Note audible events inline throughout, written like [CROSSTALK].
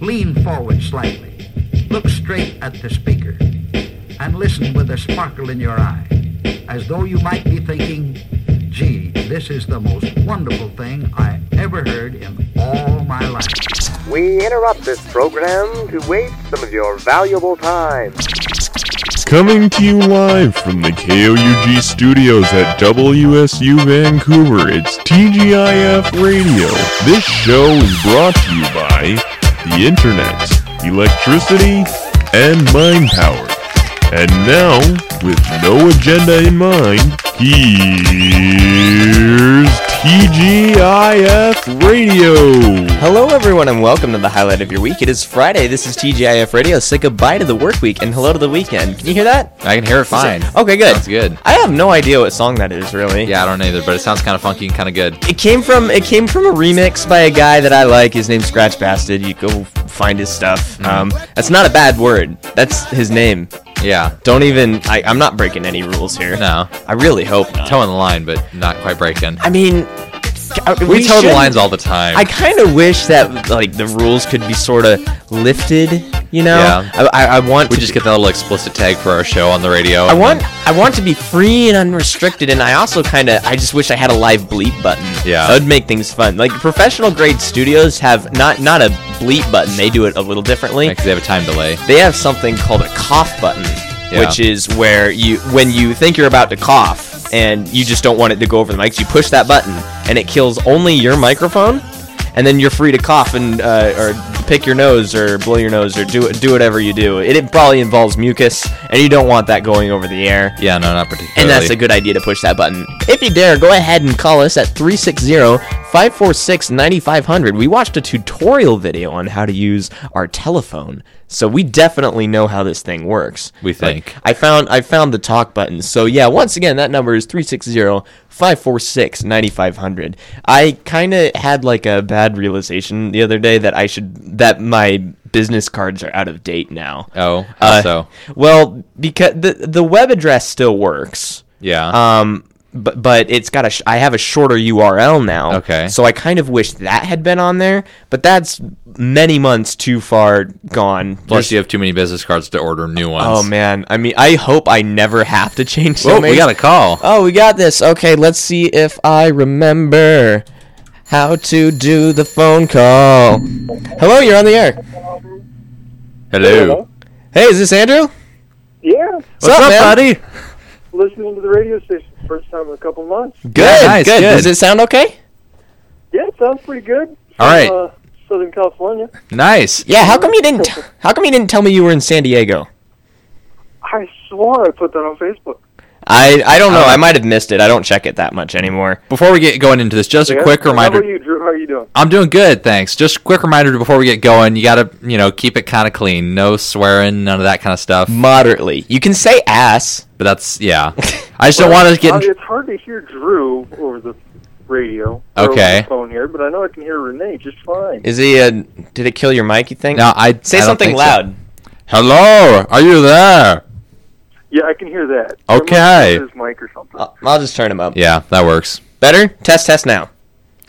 Lean forward slightly. Look straight at the speaker. And listen with a sparkle in your eye, as though you might be thinking, gee, this is the most wonderful thing I ever heard in all my life. We interrupt this program to waste some of your valuable time. Coming to you live from the KOUG studios at WSU Vancouver, it's TGIF Radio. This show is brought to you by the Internet, electricity, and mind power. And now, with no agenda in mind, here's TGIF Radio. Hello, everyone, and welcome to the highlight of your week. It is Friday. This is TGIF Radio. Say goodbye to the work week and hello to the weekend. Can you hear that? I can hear it fine. Okay, good. Sounds good. I have no idea what song that is, really. Yeah, I don't either, but it sounds kind of funky and kind of good. It came from it came from a remix by a guy that I like. His name's Scratch Bastard. You go find his stuff. Mm-hmm. Um, that's not a bad word. That's his name. Yeah. Don't even. I, I'm not breaking any rules here. No. I really hope not. Toeing the line, but not quite breaking. I mean, I- We, toe the shouldn't- lines all the time. I kind of wish that like the rules could be sort of lifted. You know, Yeah. I, I, I want we to just get that little explicit tag for our show on the radio. I want I want to be free and unrestricted, and I also kind of I just wish I had a live bleep button. Yeah. that would make things fun. Like professional grade studios have not not a bleep button; they do it a little differently. because they have a time delay. They have something called a cough button, Yeah. which is where you when you think you're about to cough and you just don't want it to go over the mics, you push that button and it kills only your microphone, and then you're free to cough and uh, or pick your nose or blow your nose or do do whatever you do. It, it probably involves mucus, and you don't want that going over the air. Yeah, no, not particularly. And that's a good idea to push that button. If you dare, go ahead and call us at 360 546 9500. We watched a tutorial video on how to use our telephone, so we definitely know how this thing works. We Like, think. I found I found the talk button. So yeah, once again, that number is 360 546 9500. I kind of had like a bad realization the other day that I should that my business cards are out of date now. Oh, Uh, so well, because the the web address still works. yeah, Um, but but it's got a sh- I have a shorter URL now. Okay. So I kind of wish that had been on there, but that's many months too far gone. plus you There's- have too many business cards to order new ones. Oh man, I mean, I hope I never have to change. so Whoa, many- we got a call. Oh, we got this. Okay, let's see if I remember how to do the phone call. Hello, you're on the air. Hello. Hey, is this Andrew? Yeah, What's up, buddy? listening to the radio station first time in a couple months. Good, Yeah, nice, good. good. Does it sound okay? Yeah, it sounds pretty good. All right. Uh, Southern California. Nice. Yeah, how come you didn't? How come you didn't tell me you were in San Diego? I swore I put that on Facebook. I I don't know. Uh, I might have missed it. I don't check it that much anymore. Before we get going into this, just a Yeah? quick How reminder. about you, Drew? How are you doing? I'm doing good, thanks. Just a quick reminder before we get going. You gotta, you know, keep it kind of clean. No swearing, none of that kind of stuff. Moderately, you can say ass. But that's yeah. I just don't want to Uh, get. In, it's hard to hear Drew over the radio. or Okay. Over the phone here, but I know I can hear Renee just fine. Is he? Uh, did it kill your mic? You think? no, I say I don't something think loud. So. Hello, are you there? yeah, I can hear that. Okay. I must have his mic or something. I'll, I'll just turn him up. Yeah, that works. Better? Test test now.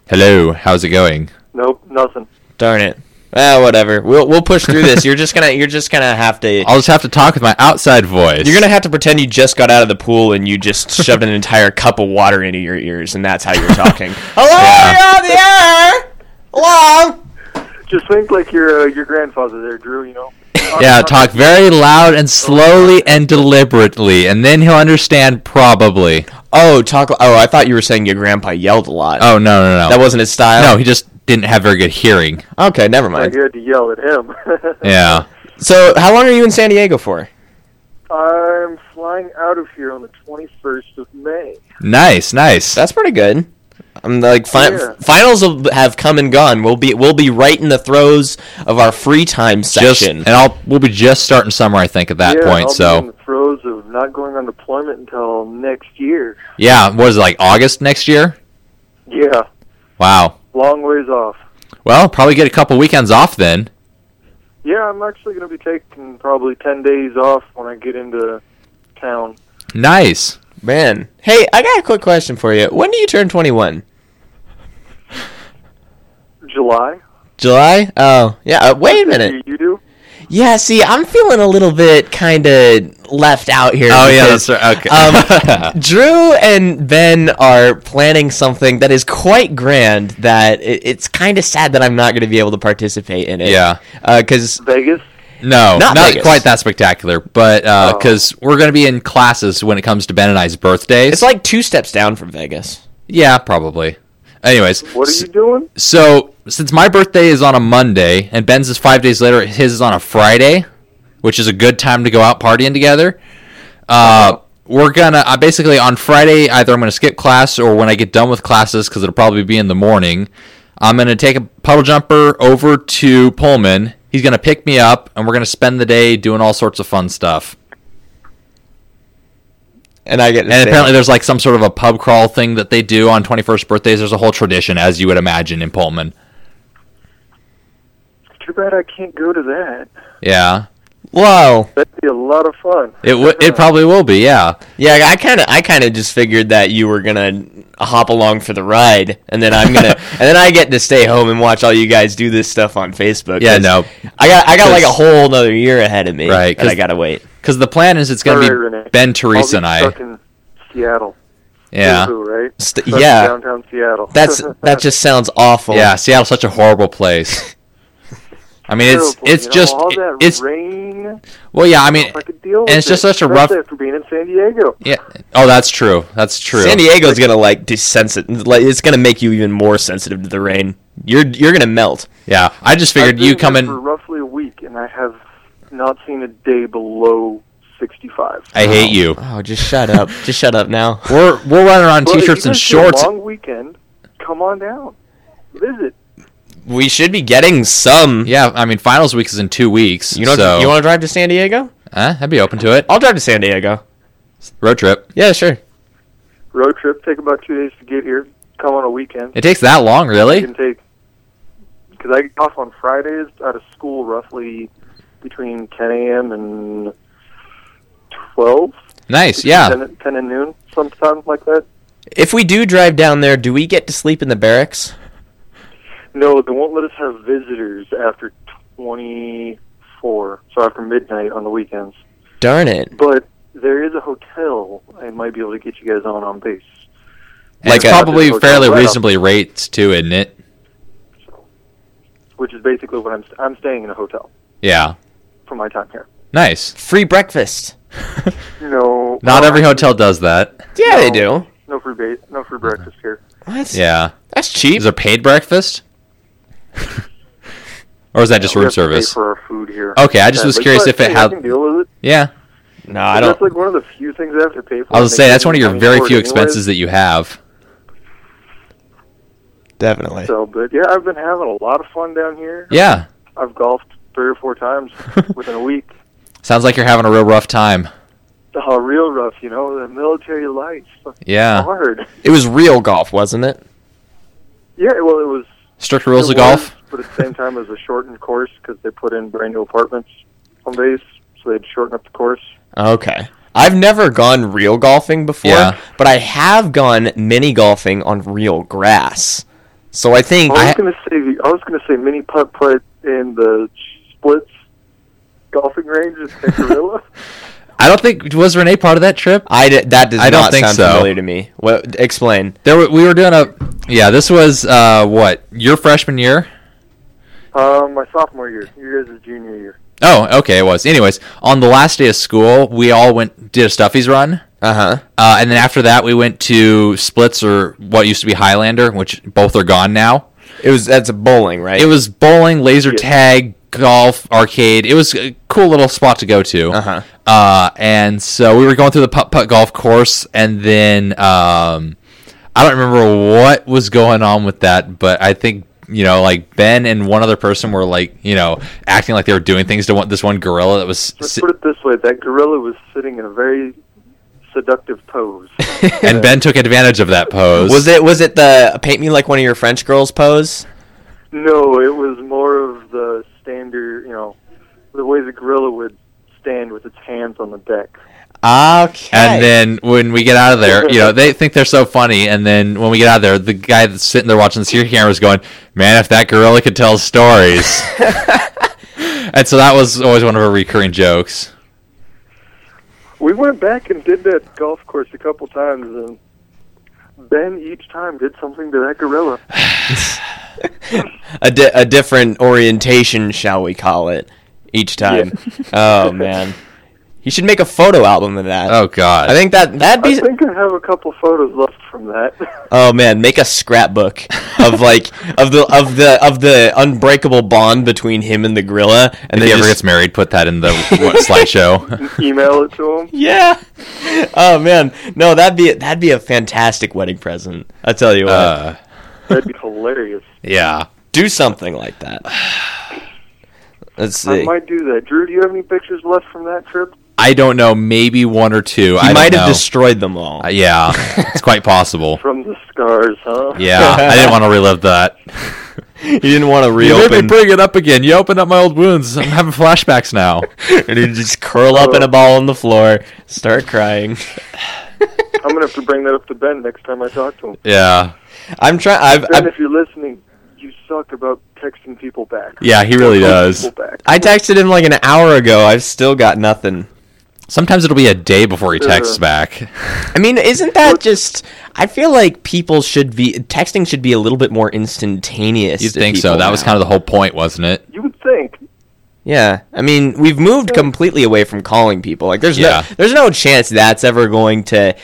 Hello, how's it going? nope, nothing. Darn it. Well, whatever. We'll we'll push through this. You're just gonna you're just gonna have to. I'll just have to talk with my outside voice. You're gonna have to pretend you just got out of the pool and you just shoved an entire cup of water into your ears, and that's how you're talking. [LAUGHS] Hello, you're on the air. Hello. Just think like your uh, your grandfather there, Drew. You know. [LAUGHS] yeah, talk very loud and slowly and deliberately, and then he'll understand probably. Oh, talk. Oh, I thought you were saying your grandpa yelled a lot. Oh no no no. that wasn't his style. no. He just didn't have very good hearing. No. Okay, never Like mind. you had to yell at him. [LAUGHS] Yeah. So, how long are you in San Diego for? I'm flying out of here on the 21st of May. Nice nice. That's pretty good. I'm like fi- Yeah. finals will- have come and gone. We'll be we'll be right in the throes of our free time just section. and I'll we'll be just starting summer I think at that yeah, point. I'll so be in the throes of not going on deployment until next year. yeah, what is it, like August next year? Yeah, Wow. long ways off. Well, probably get a couple weekends off then. Yeah, I'm actually going to be taking probably ten days off when I get into town. Nice. Man, hey, I got a quick question for you. When do you turn 21? July. July? Oh, yeah. Uh, wait a minute. You do? Yeah, see, I'm feeling a little bit kind of left out here. Oh, yeah, because, that's right. Okay. um, [LAUGHS] Drew and Ben are planning something that is quite grand. That it, it's kind of sad that I'm not going to be able to participate in it. [LAUGHS] Uh, Yeah. because Vegas? No, Not not, Vegas. quite that spectacular, but Oh. because we're going to be in classes when it comes to Ben and I's birthdays. it's like two steps down from Vegas. yeah, probably. Anyways, What are s- you doing? so since my birthday is on a Monday and Ben's is five days later, his is on a Friday, which is a good time to go out partying together. Uh, we're gonna I basically on Friday either I'm gonna skip class or when I get done with classes because it'll probably be in the morning. I'm gonna take a puddle jumper over to Pullman. He's gonna pick me up, and we're gonna spend the day doing all sorts of fun stuff. And I get to And stay- apparently, there's like some sort of a pub crawl thing that they do on 21st birthdays. There's a whole tradition, as you would imagine, in Pullman. Too bad I can't go to that. Yeah, whoa. That'd be a lot of fun. it w- it probably will be. Yeah, Yeah, I kind of I kind of just figured that you were gonna hop along for the ride, and then I'm [LAUGHS] gonna and then I get to stay home and watch all you guys do this stuff on Facebook. Yeah, 'cause no. I got I got like a 'Cause- whole another year ahead of me, Right, That I 'cause- gotta wait. because the plan is it's gonna Sorry, be Renee. Ben, Teresa, and I'll be I. Stuck in Seattle. Yeah, Boo-hoo, right? St- Stuck in yeah. Downtown Seattle. [LAUGHS] That's that just sounds awful. yeah. Seattle's such a horrible place. I mean, it's Terrible, it's you know, just all that it's rain. well, yeah. I mean, I could deal and with it's just it, such a rough. especially after being in San Diego. Yeah. Oh, that's true. That's true. San Diego's gonna like desensit like it's gonna make you even more sensitive to the rain. You're you're gonna melt. yeah, I just I've figured been you here come for in. roughly a week, and I have not seen a day below sixty-five. I hate [LAUGHS] you. Oh, just shut [LAUGHS] up. just shut up now. We're we're running around Well, if t-shirts you and guys get a shorts. Long weekend. Come on down. Visit. We should be getting some. Yeah, I mean, finals week is in two weeks. You know so, you want to drive to San Diego? Eh, I'd be open to it. I'll drive to San Diego. Road trip. Yeah, sure. Road trip. Take about two days to get here. Come on a weekend. It takes that long, You really? can take because I get off on Fridays out of school roughly between 10 a.m. and 12. Nice. Yeah. 10, 10 and noon, sometimes like that. If we do drive down there, do we get to sleep in the barracks? No, they won't let us have visitors after 24, so after midnight on the weekends. Darn it. But there is a hotel I might be able to get you guys on on base. Like it's a- probably Right fairly up. reasonably rates too, isn't it? So, which is basically what I'm I'm staying in a hotel Yeah. for my time here. Nice. Free breakfast. No, Not well, every I- hotel does that. Yeah, No. they do. No free ba- no free breakfast here. What? Yeah. That's cheap. Is there paid breakfast? [LAUGHS] or is that just We room have to pay service? for our food here. Okay, I just was but- curious but, if it hey, I had- can deal with it. Yeah. no, I That's don't. like one of the few things I have to pay for. I was and gonna they say that's can't one of your even very afford few it expenses anyways. that you have. Definitely. [LAUGHS] So, but yeah, I've been having a lot of fun down here. Yeah. I've golfed three or four times within a week. Sounds like you're having a real rough time. Oh, real rough, you know, the military life. fucking Yeah. Hard. [LAUGHS] It was real golf, wasn't it? Yeah, well, it was. Strict rules it of golf. was, But at the same time, it was a shortened course because they put in brand new apartments on base, so they'd shorten up the course. Okay. I've never gone real golfing before, Yeah. but I have gone mini golfing on real grass. So I think I was I, gonna say the- I was gonna say mini putt putt in the splits golfing range in Tinkerilla. I don't think was Renee part of that trip. I di- that does I don't not think sound so. familiar to me. What explain? There were, we were doing a yeah. This was uh, what your freshman year. um, my sophomore year, you guys' junior year. Oh, okay, it was. Anyways, on the last day of school, we all went did a stuffies run, Uh-huh. uh, and then after that, we went to Splits or what used to be Highlander, which both are gone now. It was that's a bowling, right? [LAUGHS] It was bowling, laser tag, golf, arcade. It was a cool little spot to go to. Uh-huh. Uh, and so we were going through the putt putt golf course, and then um, I don't remember what was going on with that, but I think you know, like Ben and one other person were like, you know, acting like they were doing things to one, this one gorilla that was. Let's si- put it this way: that gorilla was sitting in a very seductive [LAUGHS] pose. and Ben took advantage of that pose. was it was it the paint me like one of your French girls pose? no, it was more of the standard, you know, the way the gorilla would stand with its hands on the deck. Okay. And then when we get out of there, you know, they think they're so funny. And then when we get out of there, the guy that's sitting there watching the security camera is going, "Man, if that gorilla could tell stories." and so that was always one of our recurring jokes. We went back and did that golf course a couple times, and Ben each time did something to that gorilla. a, di- a different orientation, shall we call it, each time. oh man, you should make a photo album of that. Oh God! I think that that'd I be. think I have a couple photos left from that. [LAUGHS] Oh man, make a scrapbook [LAUGHS] of like of the of the of the unbreakable bond between him and the gorilla, and if then he ever just- gets married, put that in the [LAUGHS] what, slideshow. Email it to him. yeah. Oh man, no, that'd be that'd be a fantastic wedding present. I tell you what, Uh, That'd be hilarious. yeah. do something like that. Let's see. I might do that. Drew, do you have any pictures left from that trip? I don't know, maybe one or two. I you don't might have know. destroyed them all. Uh, yeah, it's quite possible. From the scars, huh? Yeah, I didn't want to relive that. you didn't want to [LAUGHS] You made reopen. me bring it up again. You opened up my old wounds. I'm having flashbacks now. and [LAUGHS] you just curl up in a ball on the floor, start crying. I'm gonna have to bring that up to Ben next time I talk to him. [LAUGHS] Yeah, I'm trying. I've, Ben, I've if you're listening, you suck about texting people back. yeah, he really does. People back. I texted him like an hour ago. I've still got nothing. Sometimes it'll be a day before he texts Uh. back. I mean, isn't that just? I feel like people should be texting should be a little bit more instantaneous. You'd think so. That was kind of the whole point, wasn't it? You would think. yeah. I mean, we've moved completely away from calling people. Like, there's Yeah. no there's no chance that's ever going to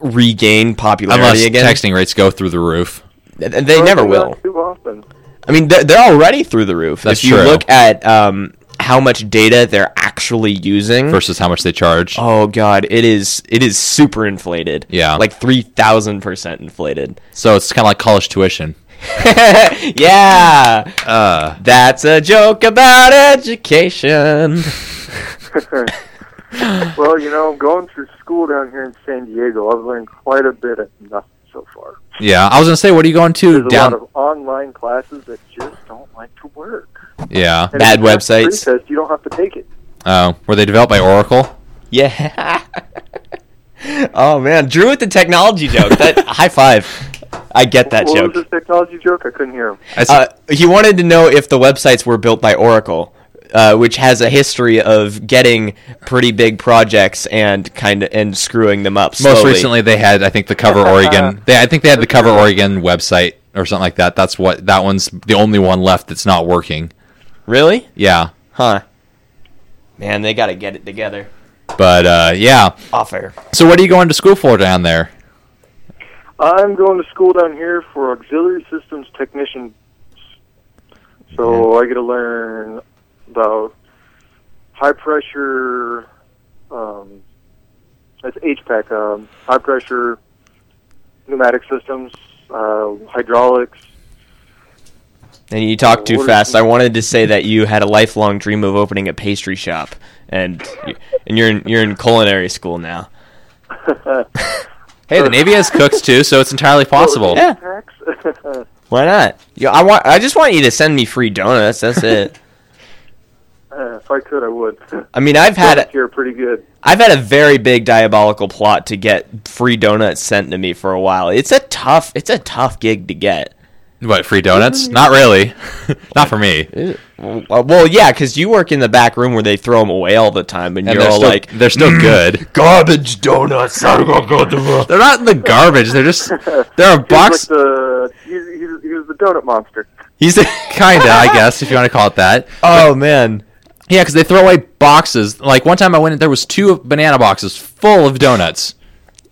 regain popularity Unless again. texting rates go through the roof. Th- they never Probably will. not Too often. I mean, they're, they're already through the roof. That's if you true. look at um, how much data they're actually using versus how much they charge. Oh god, it is it is super inflated. Yeah. like three thousand percent inflated. [LAUGHS] So it's kind of like college tuition. yeah, Uh, that's a joke about education. [LAUGHS] Well, you know, going through school down here in San Diego, I've learned quite a bit of nothing so far. yeah. I was gonna say, what are you going to There's down? a lot of online classes that just don't like to work. yeah. And Bad if you have a websites. pretest, you don't have to take it. Oh, were they developed by Oracle? Yeah. oh man, Drew with the technology joke. [LAUGHS] That high five. I get that what joke. was this technology joke? I couldn't hear him. I said, Uh, he wanted to know if the websites were built by Oracle, uh, which has a history of getting pretty big projects and kind of and screwing them up. most slowly. recently, they had I think the Cover [LAUGHS] Oregon. They I think they had the Cover Oregon website or something like that. That's what that one's the only one left that's not working. really? Yeah. Huh. Man, they got to get it together. But uh, yeah. Off air. So what are you going to school for down there? I'm going to school down here for auxiliary systems technician. So I get to learn about high pressure. Um, that's HPAC. Um, high pressure pneumatic systems, uh, hydraulics. And you talk too What is- fast. I wanted to say that you had a lifelong dream of opening a pastry shop, and you, and you're in, you're in culinary school now. Hey, the Navy has cooks too, so it's entirely possible. Yeah. [LAUGHS] HPACs. Why not? You, I want. I just want you to send me free donuts. That's it. Uh, if I could, I would. I mean, I've had here pretty good. I've had a very big diabolical plot to get free donuts sent to me for a while. It's a tough. It's a tough gig to get. What free donuts? Not really. [LAUGHS] Not for me. Well, Uh, well, yeah, because you work in the back room where they throw them away all the time, and, And you're they're all still, like, "Mm, they're still good. garbage donuts. They're not in the garbage. They're just they're a He's box. like the he's, he's, he's the donut monster. He's kinda, I guess, if you want to call it that. oh man. Yeah, because they throw away boxes. Like one time I went in, there was two banana boxes full of donuts.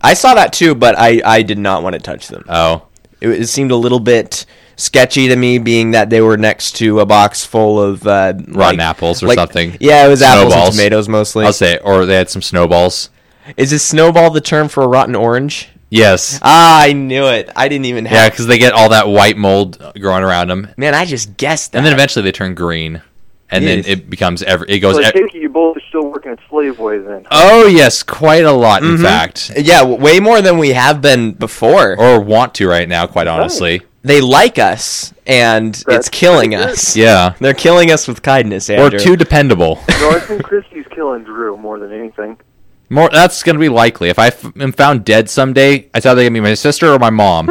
I saw that too, but I, I did not want to touch them. Oh, It, it seemed a little bit sketchy to me, being that they were next to a box full of uh, rotten apples or something. Yeah, it was apples and Snowballs. tomatoes mostly. I'll say, or they had some snowballs. Is this snowball the term for a rotten orange? Yes. Ah, I knew it. I didn't even Yeah, have. because they get all that white mold growing around them, Man, I just guessed that. and then eventually they turn green, and then Yes. it becomes every. It goes. So I ev- take it you both are still working at Slave Way then. oh yes, quite a lot Mm-hmm. in fact, yeah, w- way more than we have been before. or want to right now. Quite honestly, they like us, and it's That's killing pretty good. us. yeah. They're killing us with kindness, Or Andrew. too dependable. No, I think Christie's killing Drew more than anything. [LAUGHS] More that's gonna be likely. If I f- am found dead someday, it's either gonna be my sister or my mom.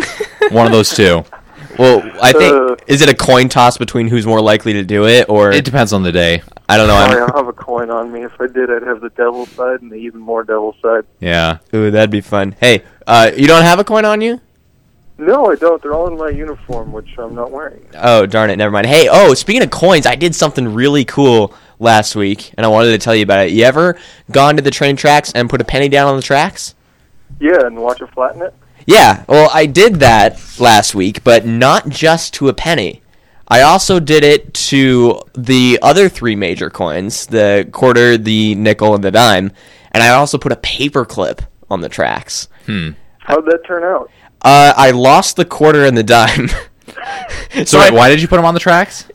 One of those two. Well, I think Uh. is it a coin toss between who's more likely to do it, or It depends on the day. I don't know. Sorry, I I'm, don't have a coin on me. If I did, I'd have the devil's side and the even more devil's side. Yeah. ooh, that'd be fun. Hey, uh, you don't have a coin on you? No, I don't. They're all in my uniform, which I'm not wearing. Oh darn it! Never mind. Hey, oh, speaking of coins, I did something really cool last week, and I wanted to tell you about it. You ever gone to the train tracks and put a penny down on the tracks? Yeah, and watch it flatten it. Yeah, well, I did that last week, but not just to a penny. I also did it to the other three major coins the quarter, the nickel, and the dime. And I also put a paper clip on the tracks. How'd that turn out? Uh, I lost the quarter and the dime. [LAUGHS] So I- wait, why did you put them on the tracks?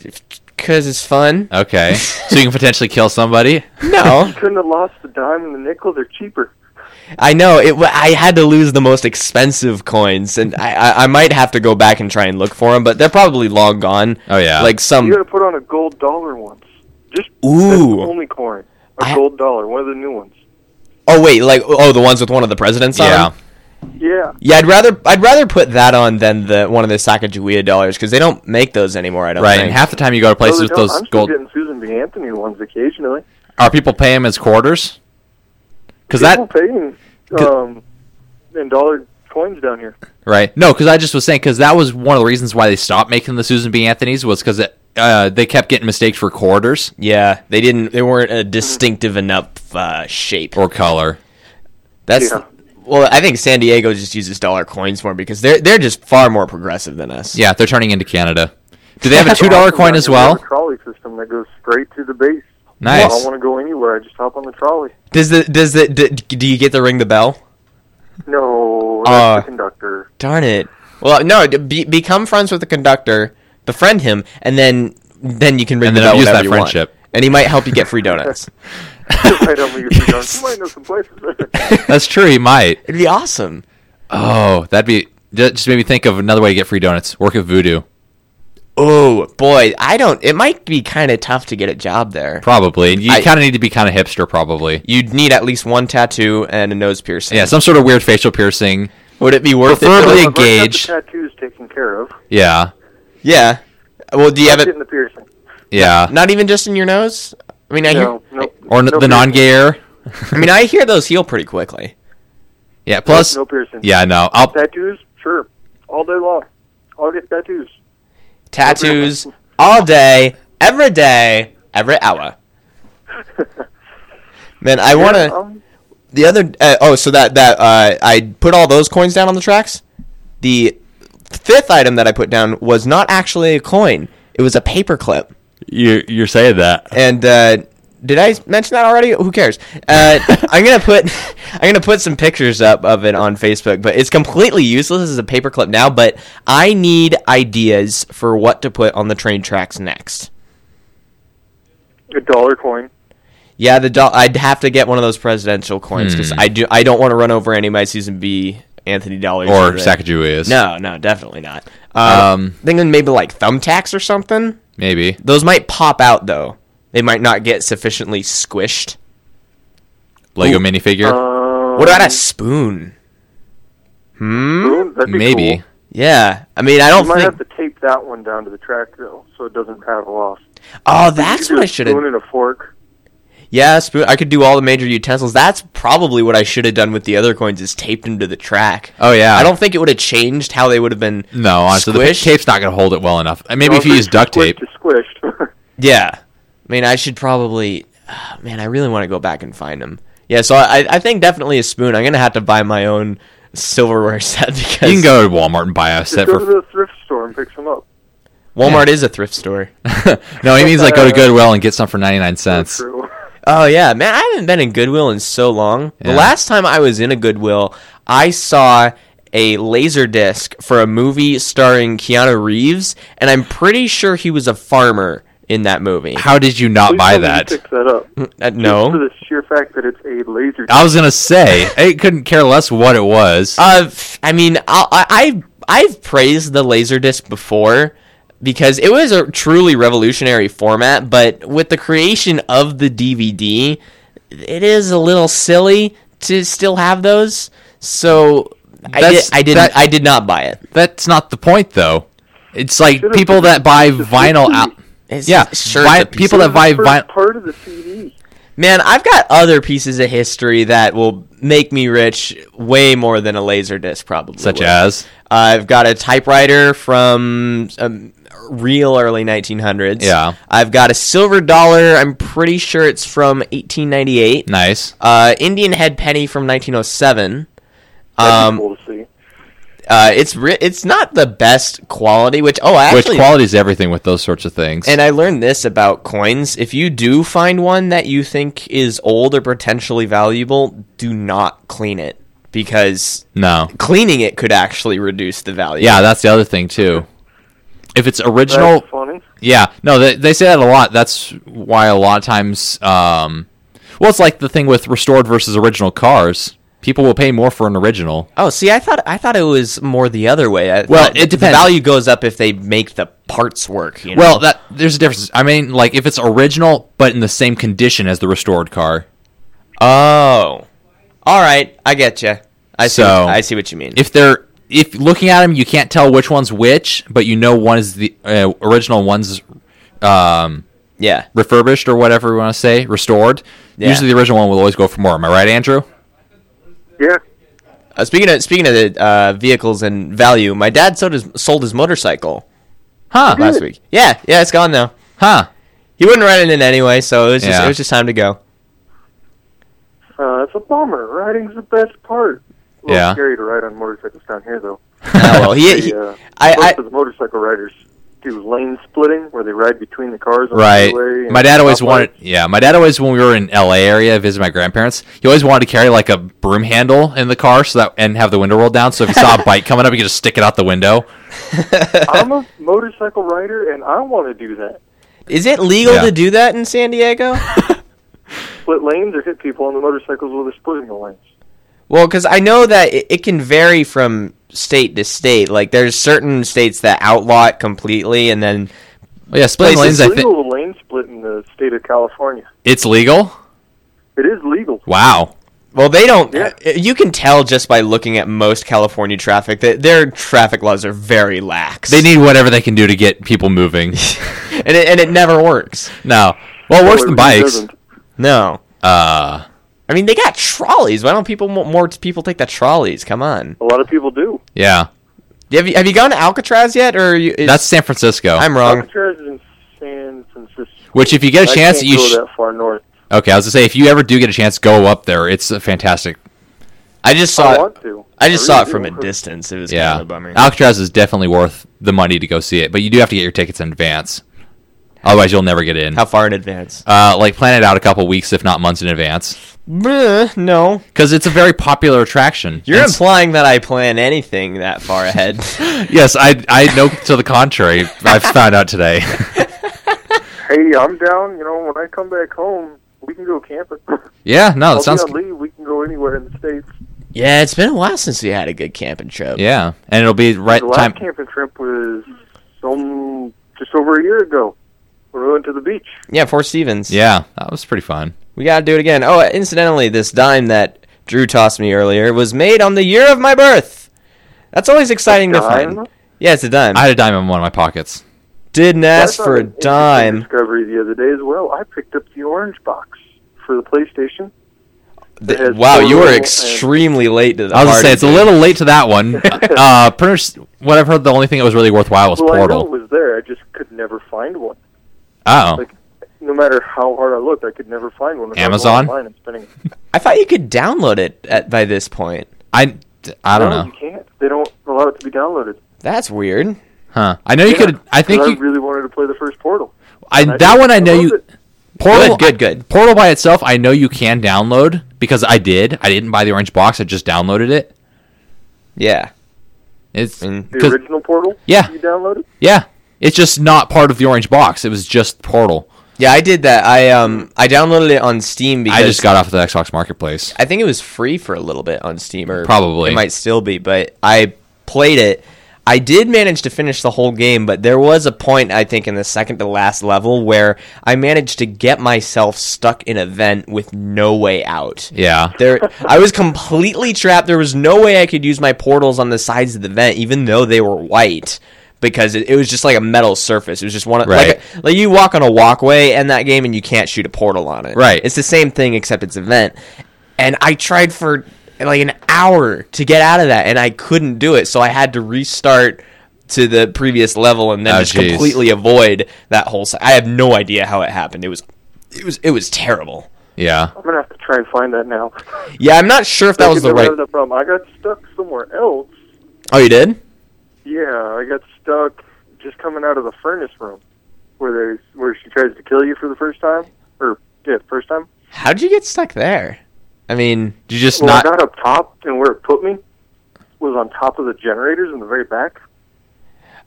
Cause it's [LAUGHS] fun. Okay. so you can potentially kill somebody. No, Couldn't have lost the dime and the nickel. They're cheaper. I know it. wa- I had to lose the most expensive coins, and I, I, I might have to go back and try and look for them, but they're probably long gone. Oh, yeah. like some. You got to put on a gold dollar once. Just that's the Ooh. only coin. A I- gold dollar, one of the new ones. Oh wait, like oh the ones with one of the presidents on. 'em? Yeah. Yeah, Yeah, I'd rather I'd rather put that on than the one of the Sacagawea dollars because they don't make those anymore. I don't Right. think. And half the time you go to places No, with they don't. those I'm gold. Still getting Susan B. Anthony ones occasionally. Are people paying them as quarters? Because that People paying um, in dollar coins down here. Right. No, because I just was saying because that was one of the reasons why they stopped making the Susan B. Anthony's was because uh, they kept getting mistakes for quarters yeah, they didn't. They weren't a distinctive enough uh, shape. or color. That's Yeah. well, I think San Diego just uses dollar coins more because they're they're just far more progressive than us. Yeah, they're turning into Canada. Do they have a That's two dollar awesome coin down as here. They have well? A trolley system that goes straight to the base. Nice. I don't want to go anywhere. I just hop on the trolley. Does the does the d- do you get to ring the bell? No, that's Uh, the conductor. [LAUGHS] Darn it. Well, no. d- Be, become friends with the conductor, befriend him, and then then you can ring And the then bell abuse whenever that you want. friendship. And he might help you get free donuts. right over [LAUGHS] your feet. You might know some places. [LAUGHS] That's true. He might. [LAUGHS] It'd be awesome. Oh, that'd be that just made me think of another way to get free donuts. Work at Voodoo, Oh boy, I don't. It might be kind of tough to get a job there. probably. And You I- kind of need to be kind of hipster, probably. You'd need at least one tattoo and a nose piercing. Yeah, some sort of weird facial piercing. Would it be worth Preferably- it? [LAUGHS] Really I've already got engaged. The tattoos taken care of. Yeah, Yeah. Well, do you have it? Getting the piercing. yeah. Not even just in your nose. I mean, I No, hear. no. or n- the no piercing. non-gay air. I mean, I hear those heal pretty quickly. Yeah. Plus, no piercing. yeah. No, I'll Tattoos, sure, all day long. I'll get tattoos. Tattoos all day, every day, every hour. Man, I want to. Um, The other uh, oh, so that that uh, I put all those coins down on the tracks. The fifth item that I put down was not actually a coin; it was a paperclip. you you're saying that. And uh, did I mention that already? Who cares? [LAUGHS] Uh, I'm gonna put I'm gonna put some pictures up of it on Facebook, but it's completely useless as a paperclip now. But I need ideas for what to put on the train tracks next. a dollar coin. Yeah, the doll I'd have to get one of those presidential coins because Hmm. I do. I don't want to run over any of my Susan B. Anthony dollars Or with it. Sacagawea's. No, no, definitely not. Uh, Um, thinking maybe like thumbtacks or something. Maybe. Those might pop out though. They might not get sufficiently squished. Lego Ooh. minifigure? Um, What about a spoon? Ooh, that'd be Maybe. Oh, cool. Yeah, I mean, I don't You Hmm? might have think. to tape that one down to the track though, so it doesn't rattle off. Oh, that's what you could do I a should spoon have. and a fork. Yeah, spoon. I could do all the major utensils. That's probably what I should have done with the other coins is taped them to the track. Oh, yeah. I don't think it would have changed how they would have been. No, honestly, the squished. tape's not going to hold it well enough. And Maybe if you Well, use duct squished tape. is [LAUGHS] Squished. Yeah, I mean, I should probably. ah, man, I really want to go back and find them. Yeah, so I, I think definitely a spoon. I'm gonna have to buy my own silverware [LAUGHS] set because You can go to Walmart and buy a Just set go to [LAUGHS] for. the thrift store and pick some up. Walmart is a thrift store. no, he means like go to Goodwill and get some for 99 cents. True. Oh yeah, man, I haven't been in Goodwill in so long. Yeah. The last time I was in a Goodwill, I saw a laser disc for a movie starring Keanu Reeves, and I'm pretty sure he was a farmer in that movie. How did you not Please buy [LAUGHS] tell me you that? Picked that up. Uh, [LAUGHS] Just for no. the sheer fact that it's a laser. I was going to say, I couldn't care less what it was. Uh, f- I mean, I'll- I, I I've praised the laserdisc before because it was a truly revolutionary format, but with the creation of the DVD, it is a little silly to still have those. So I, did, That's- I didn't. that- I did not buy it. That's not the point, though. It's like Should've people been- that buy it's a vinyl CD. out. It's- Yeah, sure. vi- it's a piece people of- that buy the first vinyl. part of the CD. man, I've got other pieces of history that will make me rich way more than a laser disc, probably. Such will. as? I've got a typewriter from um, real early 1900s. Yeah. I've got a silver dollar. I'm pretty sure it's from 1898. Nice. Uh, Indian head penny from 1907. That'd Um, be cool to see. Uh, it's ri- it's not the best quality, which oh, I Which actually quality is everything with those sorts of things? and I learned this about coins. If you do find one that you think is old or potentially valuable, do not clean it because no. cleaning it could actually reduce the value. Yeah, that's the other thing too. If it's That's original, funny. yeah, no, they, they say that a lot. That's why a lot of times, um, well, it's like the thing with restored versus original cars. People will pay more for an original. Oh, see, I thought I thought it was more the other way. I Well, thought it the depends. value goes up if they make the parts work. You know? Well, that there's a difference. I mean, like if it's original but in the same condition as the restored car. oh, all right, I get you. I see. So- I see what you mean. If they're if looking at them, you can't tell which one's which, but you know one is the uh, original, one's um, yeah, refurbished or whatever you want to say, restored. Yeah. Usually, the original one will always go for more. Am I right, Andrew? Yeah. Uh, speaking of speaking of the uh, vehicles and value, my dad sold his sold his motorcycle Huh? last week. Yeah, yeah, it's gone now. Huh? He wouldn't ride in it anyway, so it was just Yeah. it was just time to go. Uh, it's a bummer. Riding's the best part. A little Yeah. scary to ride on motorcycles down here, though. Oh, well, he, he- The, uh, I- most I- of the motorcycle riders do lane splitting, where they ride between the cars. On Right. The freeway and My dad always stoplights. wanted. Yeah, my dad always when we were in L.A. area, visit my grandparents. He always wanted to carry like a broom handle in the car so that and have the window rolled down. So if he saw a [LAUGHS] bike coming up, he could just stick it out the window. I'm a motorcycle rider, and I want to do that. is it legal Yeah. to do that in San [LAUGHS] Diego? Split lanes or hit people on the motorcycles while they're splitting the lanes. well, because I know that it, it can vary from state to state. Like there's certain states that outlaw it completely, and then Oh, yeah, splitting Places lanes. It's I legal think to lane split in the state of California. it's legal. It is legal. Wow. well, they don't. Yeah. uh, You can tell just by looking at most California traffic that their traffic laws are very lax. They need whatever they can do to get people [LAUGHS] moving. and it, and it never works. no. Well, worse However, than it bikes. doesn't. No. Uh, I mean, they got trolleys. Why don't people more, more people take the trolleys? Come on. A lot of people do. yeah. Have you, have you gone to Alcatraz yet, or are you, is- That's San Francisco. I'm wrong. Alcatraz is in San Francisco. Which, if you get a I chance, can't you go sh- that far north. okay. I was gonna say if you ever do get a chance, go up there. It's a fantastic. I just I saw it. want to. I just really saw it from do. a distance. It was Yeah. kind of a bummer. Alcatraz is definitely worth the money to go see it, but you do have to get your tickets in advance. Otherwise, you'll never get in. How far in advance? Uh, like plan it out a couple weeks, if not months in advance, no, because it's a very popular attraction. you're And s- implying that I plan anything that far ahead. [LAUGHS] yes, I I know to the contrary. I've found out today. [LAUGHS] Hey, I'm down. You know, when I come back home, we can go camping. yeah, no, I'll that sounds. be on leave. We can go anywhere in the states. [LAUGHS] yeah, it's been a while since we had a good camping trip. Yeah, and it'll be right The last time. camping trip was some just over a year ago. We went to the beach. yeah, Fort Stevens. Yeah, that was pretty fun. we gotta do it again. Oh, incidentally, this dime that Drew tossed me earlier was made on the year of my birth. That's always exciting to Dime? find. Yeah, it's a dime. I had a dime in one of my pockets. Didn't ask I found for a an interesting dime. Discovery the other day as well. I picked up the orange box for the PlayStation. Th- has wow, you were portable and- extremely late to the I was gonna party. say it's a little late to that [LAUGHS] one. [LAUGHS] uh, pretty much what I've heard, the only thing that was really worthwhile was well, I know Portal. it was there. I just could never find one. Oh, Like, No matter how hard I looked, I could never find one. If I go Amazon? Online, I'm spending. I thought you could download it at, by this point. I I don't no, know. you can't. They don't allow it to be downloaded. That's weird. Huh. I know you Yeah, could. I 'Cause think I you. really wanted to play the first Portal. I, I that did. one I I know love you. it. Portal, Good, good, good. Portal by itself, I know you can download because I did. I didn't buy the orange box. I just downloaded it. Yeah. It's Mm. The 'cause- original Portal. Yeah. You downloaded. yeah. It's just not part of the orange box. It was just Portal. Yeah, I did that. I um I downloaded it on Steam because I just got off of the Xbox Marketplace. I think it was free for a little bit on Steam or Probably. it might still be, but I played it. I did manage to finish the whole game, but there was a point I think in the second to last level where I managed to get myself stuck in a vent with no way out. Yeah. There I was completely trapped. There was no way I could use my portals on the sides of the vent even though they were white because it, it was just like a metal surface. It was just one of- Right. like a- like you walk on a walkway in that game and you can't shoot a portal on it. Right. It's the same thing except it's event. And I tried for like an hour to get out of that and I couldn't do it. So I had to restart to the previous level and then Oh, just jeez. completely avoid that whole si- I have no idea how it happened. It was it was it was terrible. Yeah. I'm gonna have to try and find that now. Yeah, I'm not sure if that was the right The problem. I got stuck somewhere else. Oh, you did? Yeah, I got stuck just coming out of the furnace room, where there's where she tries to kill you for the first time, or yeah, first time. How did you get stuck there? I mean, Did you just Well, not? I got up top, and where it put me was on top of the generators in the very back,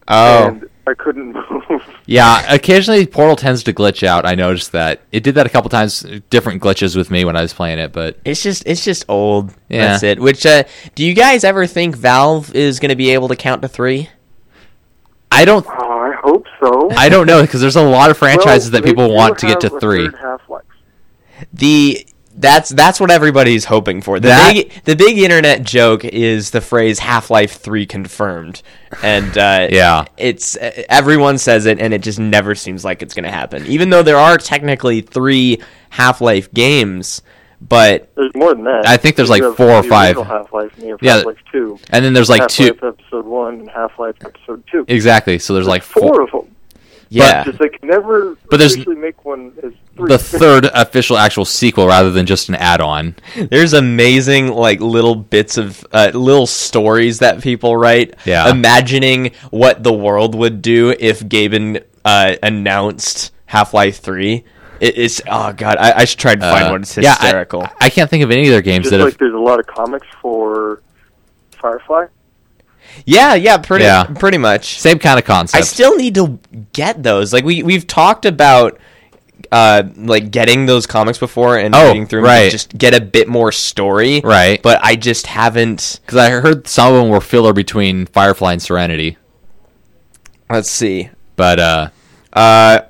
oh, and I couldn't [LAUGHS] move. Yeah, occasionally Portal tends to glitch out. I noticed that. It did that a couple times, different glitches with me when I was playing it, but it's just it's just old. Yeah. That's it. Which uh, do you guys ever think Valve is going to be able to count to three? I don't oh, I hope so. I don't know because there's a lot of franchises Well, that people they do want to get have to a 3. third Half-Life. The that's that's what everybody's hoping for. The That- big the big internet joke is the phrase Half Life Three confirmed, and uh, Yeah. it's uh, everyone says it, and it just never seems like it's going to happen. Even though there are technically three Half Life games, but There's more than that. I think there's, like, You have four or the five. original Half-Life, and you have Yeah. Half-Life Two. And then there's like Half-Life two Episode One and Half-Life Episode Two. Exactly. So there's like four four. of them. yeah, Just they can never But there's- officially make one as three. The [LAUGHS] third official actual sequel rather than just an add-on. There's amazing like little bits of uh, little stories that people write. Yeah. Imagining what the world would do if Gaben uh, announced Half Life Three. It, it's oh god, I, I should try and find Uh, one. It's yeah, I- hysterical. I, can't think of any of their games just that like have there's a lot of comics for Firefly. yeah, yeah, pretty, Yeah. pretty much. same kind of I concept. still need to get those. Like we we've talked about. Uh, like getting those comics before and Oh, reading through 'em to right. just get a bit more story, Right. But I just haven't. because I heard some of them were filler between Firefly and Serenity, Let's see. but uh, Uh,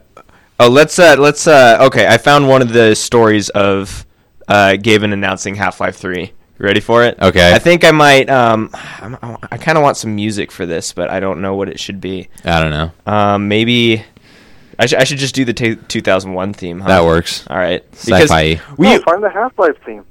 oh, let's uh, let's uh, okay. I found one of the stories of uh, Gaben announcing Half Life Three. You ready for it? Okay. I think I might. Um, I'm- I, kind of want some music for this, but I don't know what it should be. I don't know. Um, maybe I, sh- I should just do the t- 2001 theme. Huh? That works. All right. Sci-fi. we, oh, find the Half-Life theme.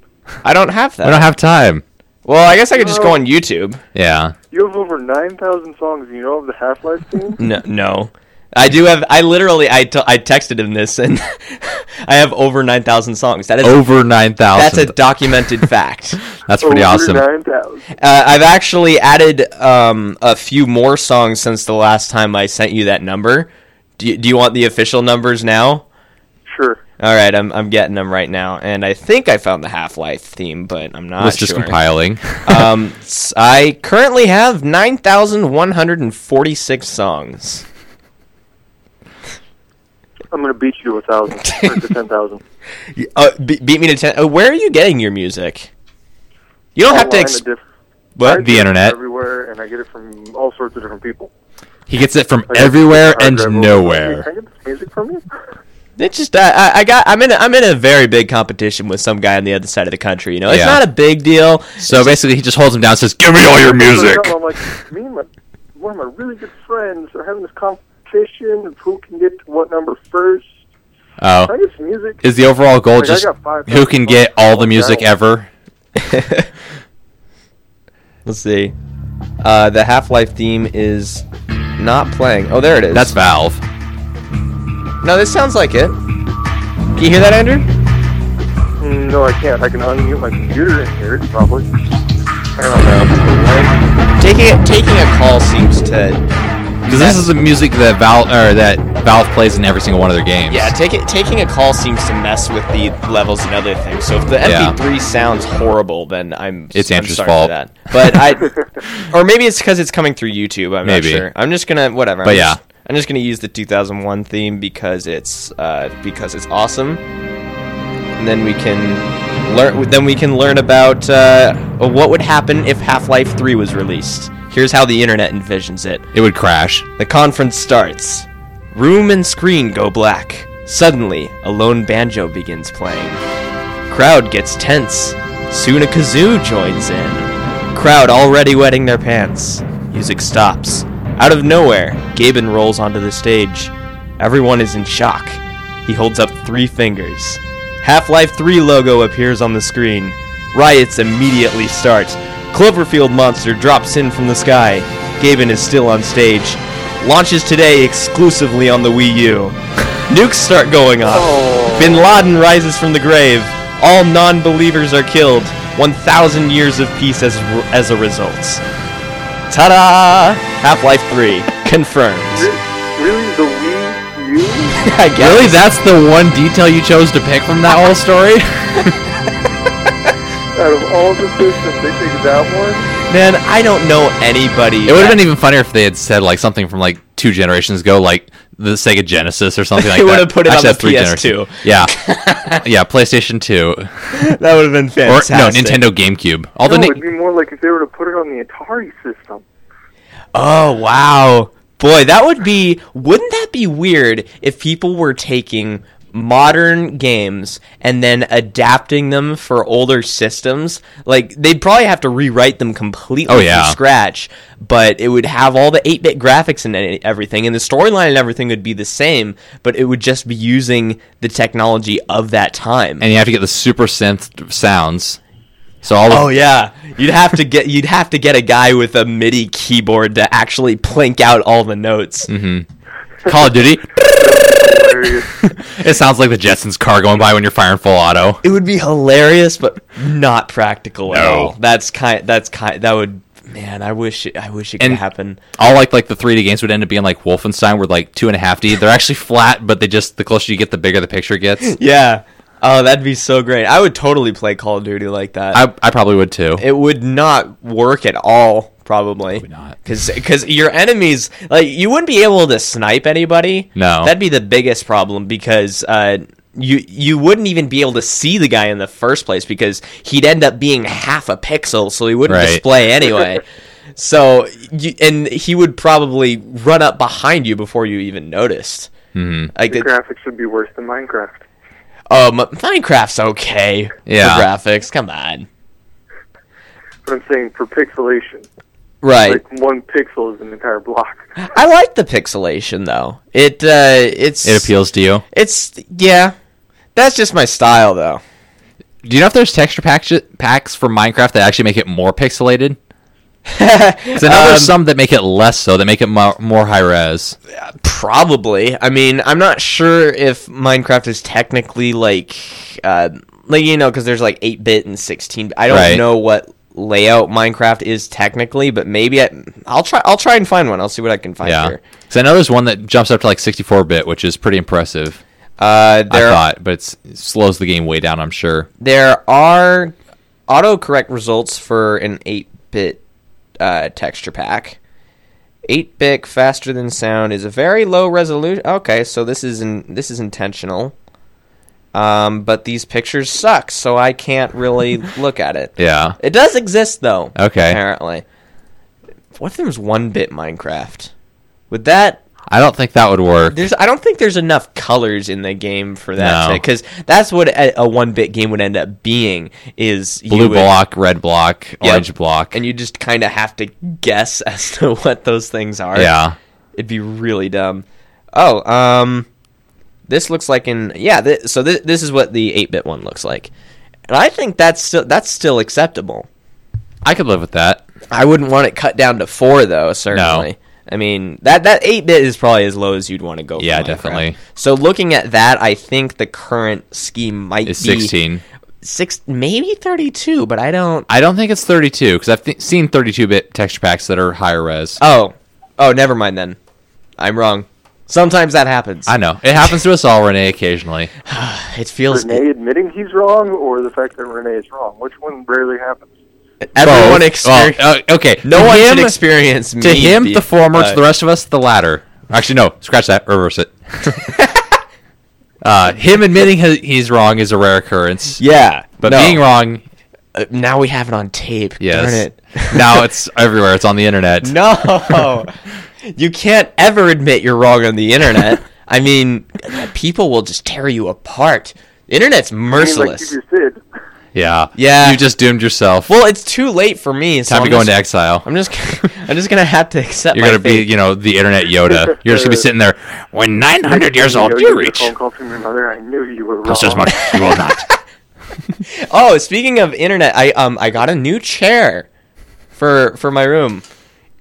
I don't have that. I don't have time. well, I guess I could just go No. on YouTube. Yeah. You have over nine thousand songs, and you don't have the Half-Life theme. No, no. I do have. I literally. I, t- I texted him this, and [LAUGHS] I have over nine thousand songs. That is Over nine That's a thousand. [LAUGHS] documented fact. That's pretty over awesome. Nine thousand. Uh, I've actually added um, a few more songs since the last time I sent you that number. Do you, do you want the official numbers now? Sure. All right, I'm, I'm getting them right now, and I think I found the Half Life theme, but I'm not was Ah, sure. just compiling. [LAUGHS] um, s- I currently have nine thousand one hundred and forty six songs. I'm gonna beat you to [LAUGHS] a thousand or to ten thousand. Uh, be- beat me to ten. Uh, where are you getting your music? You don't Oh, have to. Ex- But the internet. everywhere, and I get it from all sorts of different people. He gets it from I get it from everywhere hard and drive over- Can I nowhere. get this music from you? It's just uh, I, I got I'm in a, I'm in a very big competition with some guy on the other side of the country. You know, it's Yeah. not a big deal. [LAUGHS] So basically, he just holds him down and says, "Give me all your music." I'm like, me and my one of my really good friends are having this competition of who can get to what number first. Can Oh, I get some music? is the overall goal Like, I just got five who can thousand get bucks. all the music Wow. ever? Let's see. Uh, the Half Life theme is not playing. Oh, there it is. That's Valve. no. This sounds like it. Can you hear that, Andrew? Mm, [LAUGHS] No, I can't. I can unmute my computer and hear it probably. I don't know. Taking it, taking a call seems to Because this is the music that Valve or that Valve plays in every single one of their games. yeah. Take it, taking a call seems to mess with the levels and other things. So if the Yeah. MP3 sounds horrible, then I'm It's I'm Andrew's sorry for fault. that. But [LAUGHS] I or maybe it's because it's coming through YouTube. I'm Maybe. not sure. I'm just gonna whatever. But I'm yeah. just, I'm just gonna use the 2001 theme because it's uh, because it's awesome. And then we can learn. Then we can learn about uh, what would happen if Half-Life 3 was released. Here's how the internet envisions it. It would crash. The conference starts. Room and screen go black. Suddenly, a lone banjo begins playing. Crowd gets tense. Soon a kazoo joins in. Crowd already wetting their pants. Music stops. Out of nowhere, Gaben rolls onto the stage. Everyone is in shock. He holds up three fingers. Half Life 3 logo appears on the screen. Riots immediately start. Cloverfield Monster drops in from the sky. Gaben is still on stage. Launches today exclusively on the Wii U. [LAUGHS] Nukes start going off. Bin Laden rises from the grave. All non believers are killed. 1,000 years of peace as, as a result. Ta da! Half Life 3. Confirmed. Really, the Wii U? I guess. Really, that's the one detail you chose to pick from that [LAUGHS] whole story? Out of all the systems, they picked that Man, I don't know anybody. It would have been even funnier if they had said like something from like two generations ago, like the Sega Genesis [LAUGHS] or something like They that. would've put it on Actually, the that's three PS2. [LAUGHS] generations. Yeah, yeah, PlayStation Two or that would have been no fantastic. Nintendo GameCube. All the one? No, Ni- it'd be more like if they were to put it on the Atari system. Oh wow, boy, that would be. Wouldn't that be weird if people were taking modern games and then adapting them for older systems? Like they'd probably have to rewrite them completely Oh, yeah. from scratch, but it would have all the eight-bit graphics and e- everything, and the storyline and everything would be the same, but it would just be using the technology of that time. and you have to get the super synth sounds. So all Oh the- yeah, you'd have to get you'd have to get a guy with a MIDI keyboard to actually plink out all the notes. Call of Duty, Hilarious. it sounds like the Jetsons car going by when you're firing full auto. It would be hilarious, but not practical at No. all. That's kind. That's kind. That would. Man, I wish. It, I wish it And- could happen. All like like the 3D games would end up being like Wolfenstein, where like two and a half D. They're actually flat, but they just the closer you get, the bigger the picture gets. Yeah. Oh, that'd be so great. I would totally play Call of Duty like that. I, I probably would too. it would not work at all, probably. not. Because your enemies, like, you wouldn't be able to snipe anybody. No. That'd be the biggest problem because uh, you you wouldn't even be able to see the guy in the first place because he'd end up being half a pixel, so he wouldn't Right. display [LAUGHS] anyway. so, you, and he would probably run up behind you before you even noticed. Mm-hmm. Like, the it- graphics would be worse than Minecraft. um, Minecraft's okay. Yeah. For graphics, come on. But I'm saying for pixelation, Right. like one pixel is an [LAUGHS] entire block. I like the pixelation though. It uh, it's It appeals to you. It's yeah. That's just my style though. Do you know if there's texture packs, packs for Minecraft that actually make it more pixelated? [LAUGHS] 'Cause I know Um, there's some that make it less so, that make it more, more high res. Probably. I mean, I'm not sure if Minecraft is technically like uh, like you know because there's like eight bit and sixteen. I don't Right. know what layout Minecraft is technically, but maybe I, I'll try. I'll try and find one. I'll see what I can find Yeah. here. Because I know there's one that jumps up to like 64 bit, which is pretty impressive. Uh, there I thought, but it's, it slows the game way down. I'm sure. there are autocorrect results for an 8-bit uh, texture pack 8-bit faster than sound is a very low resolution okay so this is in, this is intentional um, but these pictures suck so i can't really look at it Yeah. it does exist though Okay. apparently what if there was 1-bit minecraft would that I don't think that would work. there's I don't think there's enough colors in the game for that No. because that's what a, a one bit game would end up being is you Blue would- block, red block, Yeah. orange block. and you just kind of have to guess [LAUGHS] as to what those things are. yeah. it'd be really dumb. Oh, um, this looks like an yeah. Th- so th- this is what the eight bit one looks like, and I think that's still that's still acceptable. I could live with that. I wouldn't want it cut down to four though. Certainly. I mean that that eight bit is probably as low as you'd want to go. for Yeah, Minecraft. definitely. So looking at that, I think the current scheme might It's be 16. six, maybe thirty-two, but I don't. I don't think it's 32 because I've th- seen 32 bit texture packs that are higher res. Oh, oh, never mind then. I'm wrong. Sometimes that happens. I know it happens to us all, Renee, occasionally. it feels Renee admitting he's wrong, or the fact that Renee is wrong. Which one rarely happens? [LAUGHS] everyone Both. Well, experience. uh, okay. no To one him, should experience me. To him, the former. uh, to the rest of us, the latter. Actually, no. Scratch that. [LAUGHS] Reverse it. uh, him admitting he- he's wrong is a rare occurrence. yeah, But no. being wrong Uh, now we have it on tape. Yes. Darn it. [LAUGHS] [LAUGHS] now it's everywhere. It's on the internet. No, you can't ever admit you're wrong on the internet. I mean, people will just tear you apart. The internet's merciless. Like you just did. Yeah. Yeah. You just doomed yourself. Well, it's too late for me. So Time I'm to go into just- exile. I'm just, I'm just gonna [LAUGHS] have to accept. You're my gonna be, fate. you know, the [LAUGHS] internet Yoda. You're just gonna be sitting there. When 900 years You know, old you you get a reach, Phone call from your mother. I knew you were wrong. this is much you [LAUGHS] will not. Oh, speaking of internet, I um I got a new chair for for my room.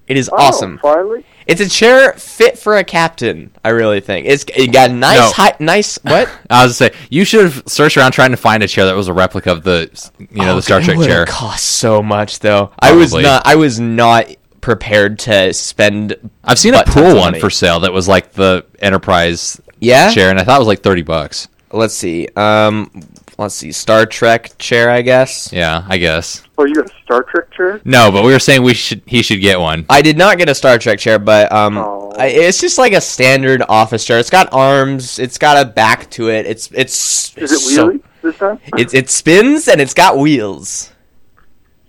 It is Oh, awesome. Finally, It's a chair fit for a captain. I really think it's it got a nice No. high, nice [LAUGHS] what? I was gonna say you should have searched around trying to find a chair that was a replica of the, you know, the Star Trek chair. It cost so much though. I was Probably. not. I was not prepared to spend. I've seen a butt tons pool of one money. for sale that was like the Enterprise Yeah? chair, and I thought it was like 30 bucks. Let's see. Um, let's see. Star Trek chair, I guess. Yeah, I guess. oh, you got a Star Trek chair? No, but we were saying we should he should get one. I did not get a Star Trek chair, but um, Oh. I, it's just like a standard office chair. It's got arms. It's got a back to it. It's it's Is it so- wheelie this time? It it spins and it's got wheels.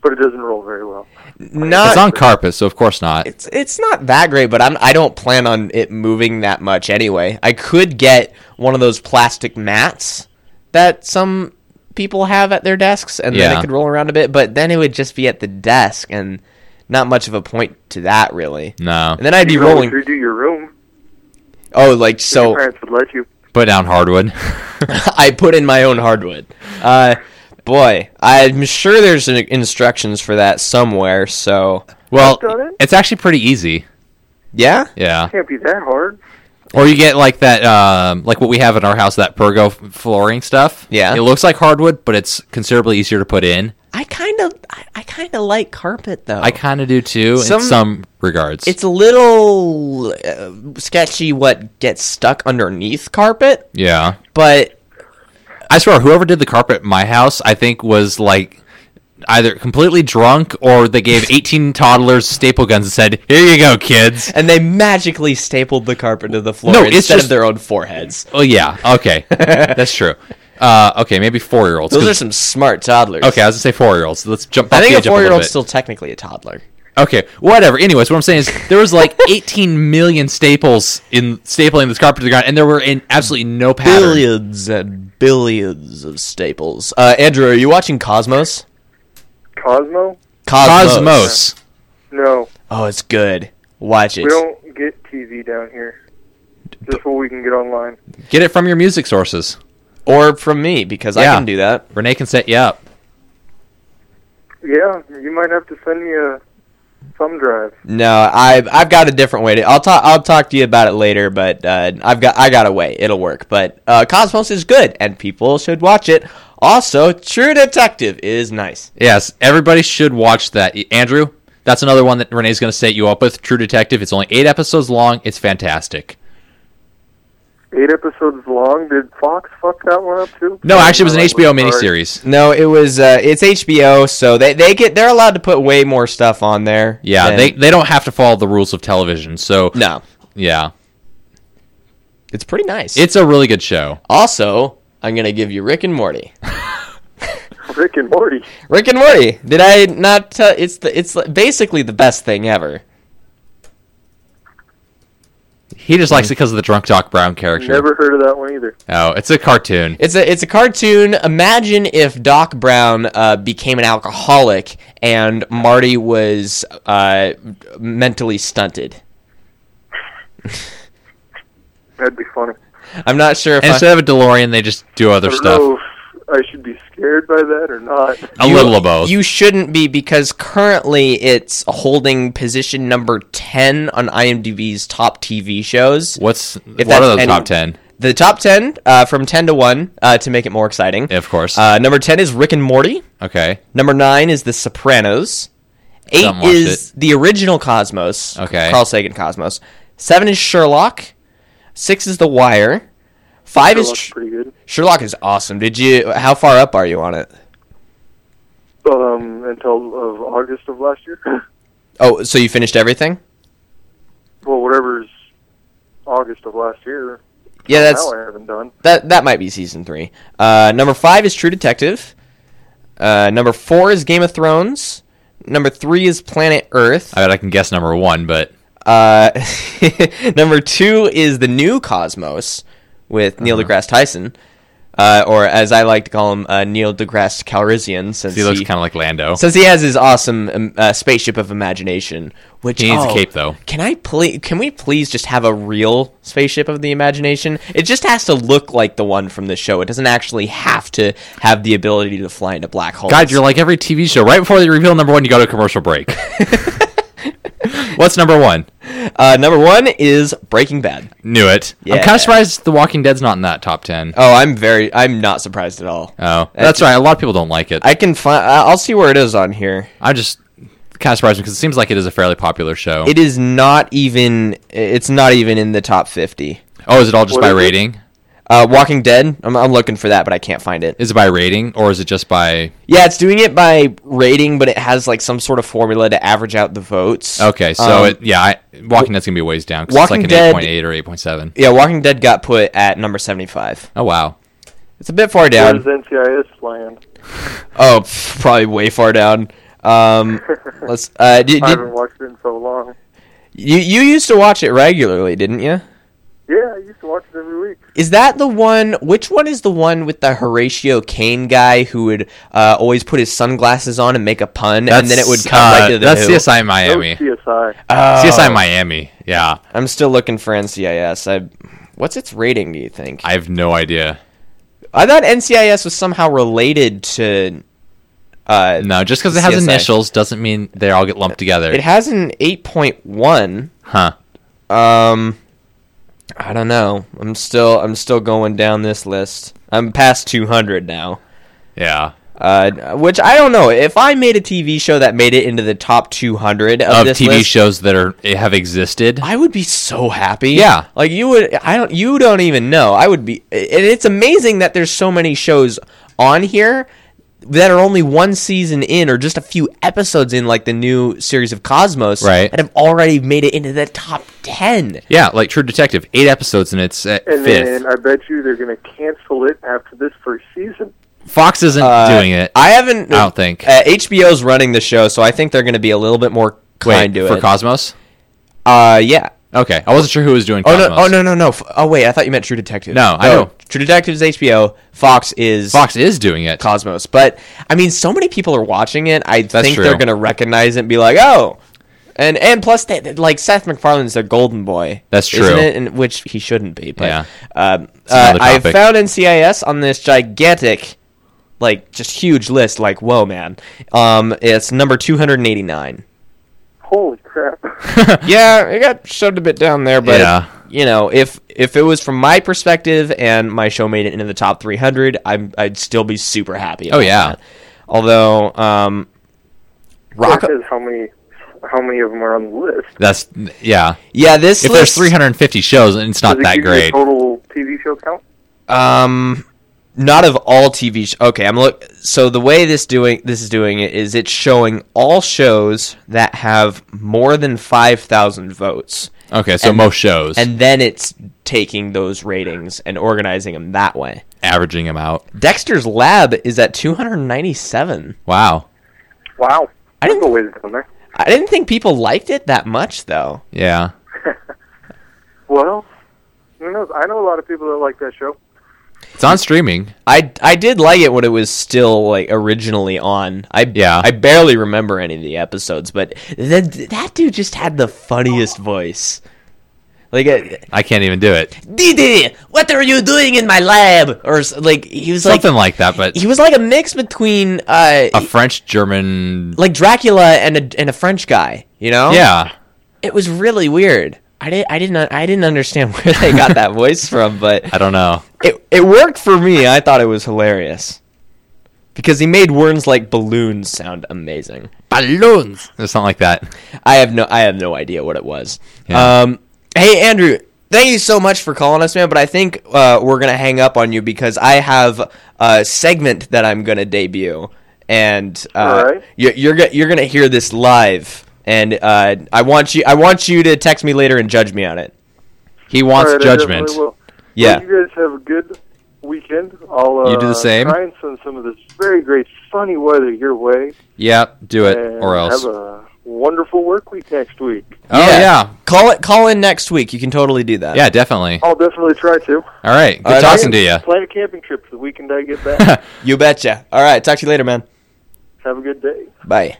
but it doesn't roll very well. Not It's on carpet, so of course not. it's it's not that great, but I'm I don't plan on it moving that much anyway. I could get one of those plastic mats that some people have at their desks, and then Yeah. it could roll around a bit. But then it would just be at the desk, and not much of a point to that really. No, And then I'd be You know, rolling. if you do your room. Oh, like so. your parents would let you. put [LAUGHS] down hardwood. I put in my own hardwood. Uh, boy, I'm sure there's in- instructions for that somewhere. So Well, Done it? it's actually pretty easy. yeah, Yeah. Can't be that hard. Or you get like that, um, like what we have in our house, that Pergo f- flooring stuff. Yeah. It looks like hardwood, but it's considerably easier to put in. I kind of, I, I kind of like carpet though. I kind of do too Some- in some regards. it's a little uh, sketchy what gets stuck underneath carpet, yeah. but I swear, whoever did the carpet at my house, I think was like either completely drunk or [LAUGHS] they gave 18 toddlers staple guns and said, "Here you go, kids." and they magically stapled the carpet to the floor No, it's instead just- of their own foreheads. Oh yeah. [LAUGHS] Okay. That's true. Uh, okay, maybe four year olds. Those are some smart toddlers. Okay, I was gonna say four year olds. Let's jump. I off the think a edge up little four-year-old's bit. still technically a toddler. Okay, whatever. Anyways, what I'm saying is there was like 18 million staples in stapling this carpet to the ground, and there were in absolutely no pattern. billions and billions of staples. Uh, Andrew, are you watching Cosmos? Cosmo? Cosmos. No, Oh, it's good. Watch we it. don't get TV down here. Just what we can get online. Get it from your music sources. Or from me because I Yeah. can do that. Renee can set you up. Yeah, you might have to send me a thumb drive. No, I've I've got a different way to. I'll talk I'll talk to you about it later, but uh, I've got I got a way. It'll work. But uh, Cosmos is good and people should watch it. Also, True Detective is nice. Yes, everybody should watch that. Y- Andrew, that's another one that Renee's going to set you up with. True Detective. It's only eight episodes long. It's fantastic. Eight episodes long. Did Fox fuck that one up too? No, actually, it was an Like, HBO sorry. miniseries. No, it was uh, it's HBO, so they, they get they're allowed to put way more stuff on there. Yeah, than- they they don't have to follow the rules of television. So no, yeah, it's pretty nice. it's a really good show. Also, I'm gonna give you Rick and Morty. Rick and Morty. Rick and Morty. Did I not? tell it's the it's basically the best thing ever. He just likes it because of the drunk Doc Brown character. Never heard of that one either. Oh, it's a cartoon. It's a it's a cartoon. Imagine if Doc Brown uh, became an alcoholic and Marty was uh, mentally stunted. That'd be funny. I'm not sure if And I, instead of a DeLorean, they just do other I don't stuff. know if I should be scared by that [LAUGHS] or not. A little of both. you shouldn't be because currently it's holding position number ten on IMDb's top TV shows. What's If what that's are the any- top ten? The top ten uh, from ten to one uh, to make it more exciting. Of course. Uh, number ten is Rick and Morty. okay. Number nine is The Sopranos. Eight Don't watch is the original Cosmos. Okay. Carl Sagan Cosmos. Seven is Sherlock. Six is The Wire. Five That is looks Sh- pretty good. Sherlock is awesome. Did you? How far up are you on it? Um, until of August of last year. [LAUGHS] Oh, so you finished everything? well, whatever's August of last year. Yeah, that's now I haven't done. that. That might be season three. Uh, number five is True Detective. Uh, number four is Game of Thrones. Number three is Planet Earth. I bet I can guess number one, but Uh, [LAUGHS] number two is the new Cosmos with Neil Uh-huh. deGrasse Tyson, uh, or as I like to call him, uh, Neil deGrasse Calrissian, since he he, looks kind of like Lando. since he has his awesome um, uh, spaceship of imagination. Which He needs a oh, cape, though. Can I please? Can we please just have a real spaceship of the imagination? It just has to look like the one from the show. It doesn't actually have to have the ability to fly into black holes. God, you're like every TV show. Right before they reveal number one, you go to a [LAUGHS] commercial break. What's number one? uh, number one is Breaking Bad. Knew it. I'm kind Yeah. of surprised The Walking Dead's not in that top ten. Oh, I'm very. I'm not surprised at all. Oh, that's right. A lot of people don't like it. I, I can find. I'll see where it is on here. am just kind of surprised because it seems like it is a fairly popular show. It is not even. It's not even in the top fifty. oh, is it all just What by is it? rating? Uh, Walking Dead. I'm, I'm looking for that, but I can't find it. Is it by rating or is it just by? Yeah, it's doing it by rating, but it has like some sort of formula to average out the votes. Okay, so Um, it yeah, I, Walking Dead's gonna be ways down. 'cause it's Walking like an Dead- eight point eight or eight point seven. Yeah, Walking Dead got put at number seventy-five. Oh wow. It's a bit far Where down. does NCIS land? Oh, pff, probably way far down. Um, let's. Uh, did, I did, haven't watched it in so long. you you used to watch it regularly, didn't you? Yeah, I used to watch it every week. Is that the one? Which one is the one with the Horatio Caine guy who would uh, always put his sunglasses on and make a pun, and then it would That's, come uh, right to the That's Who? CSI That Miami. was CSI. Oh, CSI Miami. Yeah, I'm still looking for NCIS. I, what's its rating? Do you think? I, I have no idea. thought NCIS was somehow related to. Uh, No, just because it has CSI. initials doesn't mean they all get lumped together. It has an 8.1. huh? Um, I don't know. I'm still I'm still going down this list. I'm past 200 now. Yeah. Uh, which I don't know. If I made a TV show that made it into the top 200 of, Of this TV list, shows that are have existed. I would be so happy. Yeah. like you would. I don't. You don't even know. I would be. And it's amazing that there's so many shows on here that are only one season in or just a few episodes in, like the new series of Cosmos, Right. That have already made it into the top 10. yeah, like True Detective, eight episodes and it's at And fifth. then I bet you they're going to cancel it after this first season. Fox isn't Uh, doing it. I haven't. I don't think. uh, HBO's running the show, so I think they're going to be a little bit more Wait kind to for it. Cosmos. uh, yeah. Okay, I wasn't sure who was doing. Oh Cosmos. no! Oh no! No no! F- Oh wait, I thought you meant True Detective. Oh. No, I know. True Detective is HBO. Fox is Fox is doing it. [LAUGHS] Cosmos. But I mean, so many people are watching it. I think true. they're gonna recognize it and be like, oh. And and plus, they, they- like Seth MacFarlane's their golden boy. That's true. Isn't it? And, which he shouldn't be. But Yeah. um, uh, another I topic. found NCIS on this gigantic, like just huge list. Like whoa, man. Um, it's number two hundred and eighty nine. Holy crap. [LAUGHS] yeah, it got shoved a bit down there, but Yeah. you know, if if it was from my perspective and my show made it into the top 300, I'm I'd still be super happy. Oh, about yeah. that. Although, um, Rock. Because how many, how many of them are on the list? That's yeah. Yeah, this If there's list. 350 shows and it's not Does it that give you the great, total TV show count? Um, not of all TV. Sh- okay, I'm look. So the way this doing this is doing it is it's showing all shows that have more than five thousand votes. okay, so and- most shows and And then it's taking those ratings and organizing them that way. averaging them out. Dexter's Lab is at 297. Wow. Wow. I That's didn't- a ways down there. I didn't think people liked it that much, though. Yeah. Well, who knows? I know a lot of people that like that show. It's on streaming. I, I did like it when it was still like originally on. I Yeah. I barely remember any of the episodes, but that that dude just had the funniest voice. Like, uh, I can't even do it. Didi, what are you doing in my lab? Or s- like he was like Something like that, but he was like a mix between uh a French German. like Dracula and a and a French guy. You know? Yeah. It was really weird. I did I didn't I didn't understand [LAUGHS] where they got that voice from, but [LAUGHS] I don't know. it it worked for me. I thought it was hilarious because he made words like balloons sound amazing. Balloons. Or something like that. I have no I have no idea what it was. Yeah. Um, hey Andrew, thank you so much for calling us, man. But I think uh, we're gonna hang up on you because I have a segment that I'm gonna debut, and uh, All right. you, you're go- you're gonna hear this live. And uh, I want you I want you to text me later and judge me on it. He wants All right, I judgment. definitely will. Yeah. Well, you guys have a good weekend. I'll uh, You do the same? try and send some of this very great sunny weather your way. Yep, do it and or else. Have a wonderful work week next week. oh Yeah. yeah. yeah, Call it. Call in next week. You can totally do that. definitely. I'll definitely try [LAUGHS] to. All right, good All right, talking to [LAUGHS] you. Plan a camping trip for the weekend I get [LAUGHS] back. You betcha. All right. Talk to you later, man. have a good day. Bye.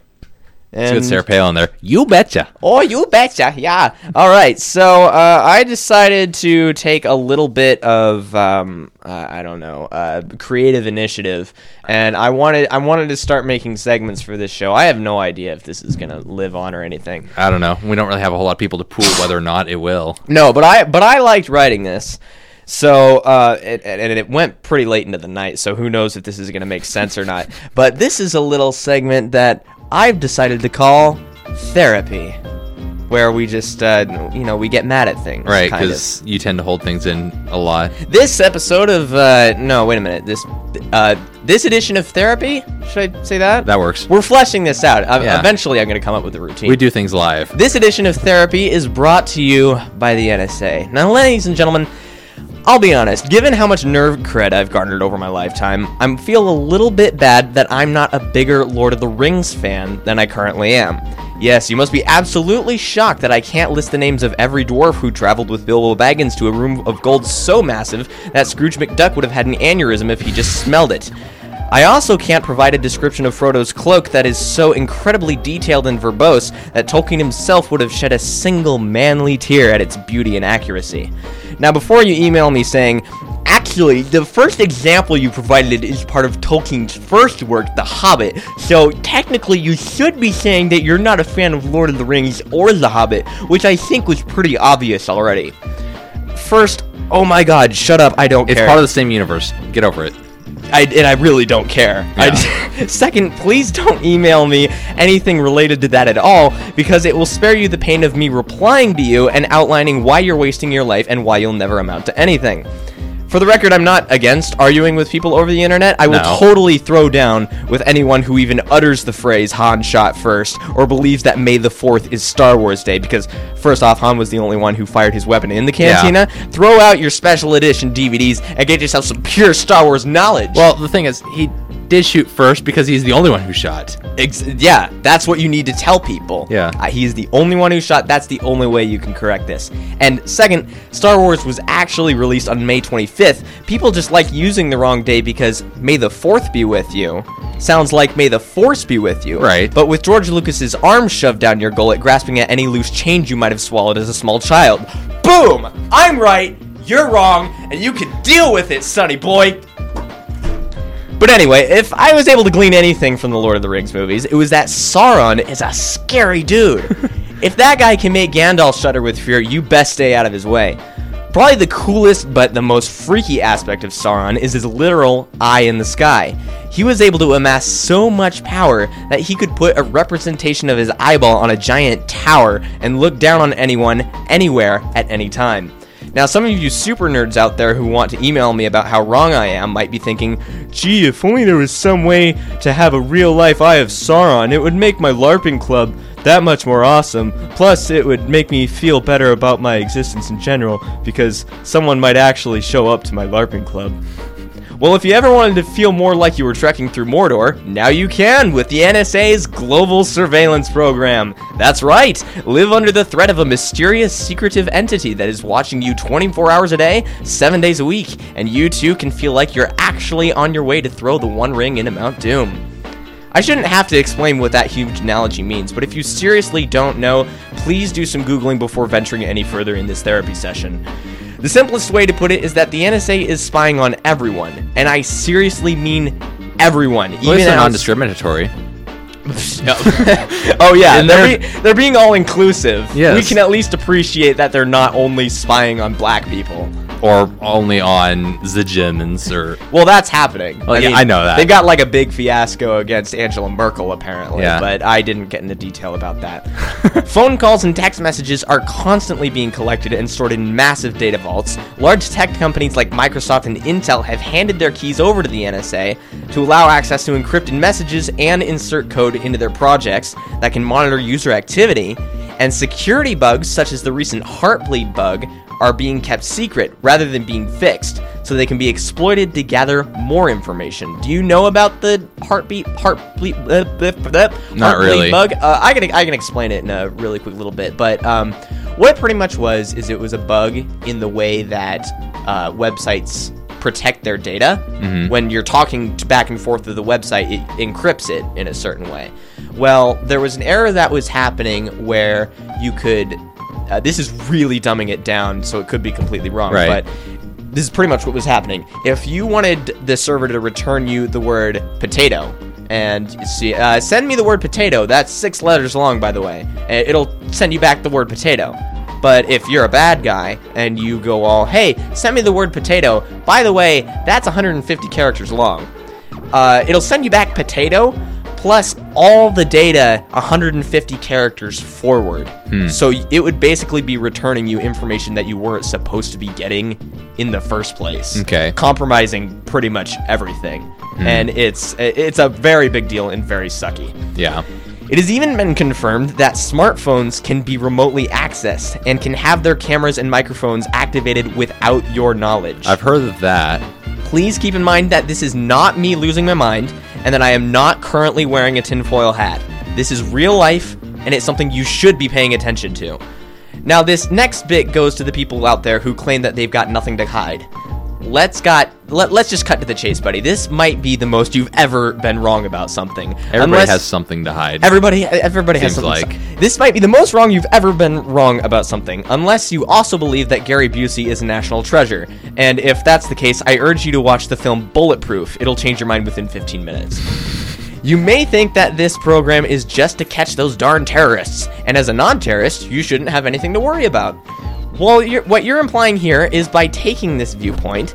It's And good Sarah Palin there. You betcha. Oh, you betcha. Yeah. All right. So uh, I decided to take a little bit of um, uh, I don't know uh, creative initiative, and I wanted I wanted to start making segments for this show. I have no idea if this is gonna live on or anything. I don't know. We don't really have a whole lot of people to pool whether or not it will. No, but I but I liked writing this. So uh, it, and and it went pretty late into the night. So who knows if this is gonna make sense or [LAUGHS] not. But this is a little segment that I've decided to call therapy. Where we just, uh, you know, we get mad at things, Right, kind of. because you tend to hold things in a lot. This episode of uh, no, wait a minute. This uh, this edition of therapy. Should I say that? That works. We're fleshing this out. I- Yeah. Eventually, I'm going to come up with a routine. We do things live. This edition of therapy is brought to you by the NSA. Now, ladies and gentlemen, I'll be honest. Given how much nerve cred I've garnered over my lifetime, I am feel a little bit bad that I'm not a bigger Lord of the Rings fan than I currently am. Yes, you must be absolutely shocked that I can't list the names of every dwarf who traveled with Bilbo Baggins to a room of gold so massive that Scrooge McDuck would have had an aneurysm if he just smelled it. I also can't provide a description of Frodo's cloak that is so incredibly detailed and verbose that Tolkien himself would have shed a single manly tear at its beauty and accuracy. Now, before you email me saying, actually, the first example you provided is part of Tolkien's first work, The Hobbit, so technically you should be saying that you're not a fan of Lord of the Rings or The Hobbit, which I think was pretty obvious already. First, oh my god, shut up, I don't It's care. part of the same universe. Get over it. I, and I really don't care. I [LAUGHS] second, please don't email me anything related to that at all, because it will spare you the pain of me replying to you and outlining why you're wasting your life and why you'll never amount to anything. For the record, I'm not against arguing with people over the internet. I will No. totally throw down with anyone who even utters the phrase Han shot first or believes that May the 4th is Star Wars Day because, first off, Han was the only one who fired his weapon in the Yeah. cantina. Throw out your special edition DVDs and get yourself some pure Star Wars knowledge. Well, the thing is, he did shoot first because he's the only one who shot. Ex- yeah, that's what you need to tell people. Yeah. Uh, he's the only one who shot. That's the only way you can correct this. And second, Star Wars was actually released on May 25th. People just like using the wrong day because May the 4th be with you sounds like May the Force be with you. Right. But with George Lucas's arm shoved down your gullet, grasping at any loose change you might have swallowed as a small child. Boom! I'm right, you're wrong, and you can deal with it, sonny boy. But anyway, if I was able to glean anything from the Lord of the Rings movies, it was that Sauron is a scary dude. if that guy can make Gandalf shudder with fear, you best stay out of his way. Probably the coolest but the most freaky aspect of Sauron is his literal eye in the sky. He was able to amass so much power that he could put a representation of his eyeball on a giant tower and look down on anyone, anywhere, at any time. Now, some of you super nerds out there who want to email me about how wrong I am might be thinking, gee, if only there was some way to have a real life Eye of Sauron, it would make my LARPing club that much more awesome. Plus, it would make me feel better about my existence in general, because someone might actually show up to my LARPing club. Well, if you ever wanted to feel more like you were trekking through Mordor, now you can with the NSA's Global Surveillance Program. That's right! Live under the threat of a mysterious, secretive entity that is watching you 24 hours a day, 7 days a week, and you too can feel like you're actually on your way to throw the One Ring into Mount Doom. I shouldn't have to explain what that huge analogy means, but if you seriously don't know, please do some Googling before venturing any further in this therapy session. The simplest way to put it is that the NSA is spying on everyone, and I seriously mean everyone. Well, even it's outs- [LAUGHS] non-discriminatory. [LAUGHS] [LAUGHS] oh yeah, And they're they're- be- they're being all inclusive. We Yes. can at least appreciate that they're not only spying on black people. or only on the Germans or Well, that's happening. Well, yeah, I know that. They've got like a big fiasco against Angela Merkel, apparently, Yeah. but I didn't get into detail about that. [LAUGHS] Phone calls and text messages are constantly being collected and stored in massive data vaults. Large tech companies like Microsoft and Intel have handed their keys over to the NSA to allow access to encrypted messages and insert code into their projects that can monitor user activity. And security bugs, such as the recent Heartbleed bug, are being kept secret rather than being fixed. so they can be exploited to gather more information. Do you know about the heartbeat, heart bleep, uh, blip, blip, Not heartbleed really. bug? Uh, I can I can explain it in a really quick little bit, but um, what it pretty much was is it was a bug in the way that uh, websites protect their data. Mm-hmm. When you're talking to back and forth to the website, it encrypts it in a certain way. Well, there was an error that was happening where you could. Uh, this is really dumbing it down, so it could be completely wrong. Right. But this is pretty much what was happening. If you wanted the server to return you the word potato, and see, uh, send me the word potato. That's six letters long, by the way. and It'll send you back the word potato. But if you're a bad guy and you go all, hey, send me the word potato. By the way, that's 150 characters long uh, it'll send you back potato plus all the data 150 characters forward so y- it would basically be returning you information that you weren't supposed to be getting in the first place Okay. compromising pretty much everything and it's it's a very big deal and very sucky Yeah. it has even been confirmed that smartphones can be remotely accessed and can have their cameras and microphones activated without your knowledge I've heard of that. Please keep in mind that this is not me losing my mind and that I am not currently wearing a tinfoil hat. This is real life and it's something you should be paying attention to. Now, this next bit goes to the people out there who claim that they've got nothing to hide. Let's got let, let's just cut to the chase, buddy. This might be the most you've ever been wrong about something. Everybody Unless- has something to hide. Everybody, everybody has Seems something. like. This might be the most wrong you've ever been wrong about something, unless you also believe that Gary Busey is a national treasure. And if that's the case, I urge you to watch the film Bulletproof. It'll change your mind within 15 minutes. You may think that this program is just to catch those darn terrorists, and as a non-terrorist, you shouldn't have anything to worry about. Well, you're, what you're implying here is by taking this viewpoint,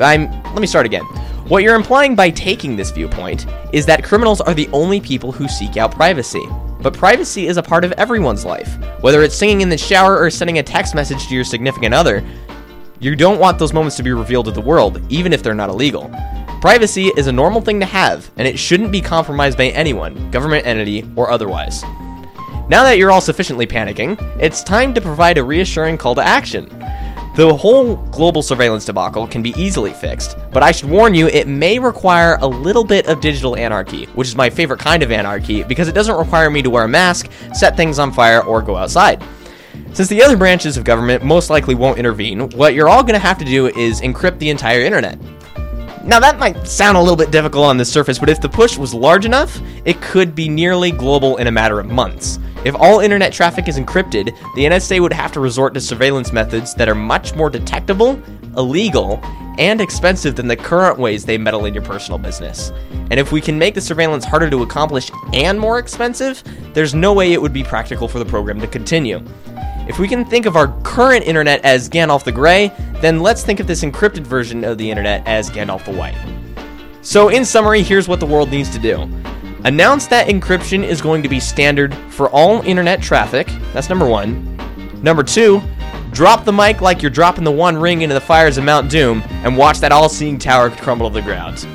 I'm. Let me start again. What you're implying by taking this viewpoint is that criminals are the only people who seek out privacy. But privacy is a part of everyone's life. Whether it's singing in the shower or sending a text message to your significant other, you don't want those moments to be revealed to the world, even if they're not illegal. Privacy is a normal thing to have, and it shouldn't be compromised by anyone, government entity, or otherwise. Now that you're all sufficiently panicking, it's time to provide a reassuring call to action. The whole global surveillance debacle can be easily fixed, but I should warn you it may require a little bit of digital anarchy, which is my favorite kind of anarchy because it doesn't require me to wear a mask, set things on fire, or go outside. Since the other branches of government most likely won't intervene, what you're all going to have to do is encrypt the entire internet. Now, that might sound a little bit difficult on the surface, but if the push was large enough, it could be nearly global in a matter of months. If all internet traffic is encrypted, the NSA would have to resort to surveillance methods that are much more detectable, illegal, and expensive than the current ways they meddle in your personal business. And if we can make the surveillance harder to accomplish and more expensive, there's no way it would be practical for the program to continue. If we can think of our current internet as Gandalf the Grey, then let's think of this encrypted version of the internet as Gandalf the White. So, in summary, here's what the world needs to do announce that encryption is going to be standard for all internet traffic. That's number one. Number two, drop the mic like you're dropping the one ring into the fires of Mount Doom and watch that all seeing tower crumble to the ground.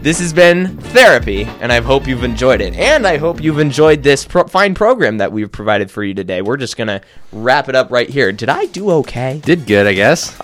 This has been therapy, and I hope you've enjoyed it. And I hope you've enjoyed this pro- fine program that we've provided for you today. We're just gonna wrap it up right here. Did I do okay? [LAUGHS] Did good, I guess.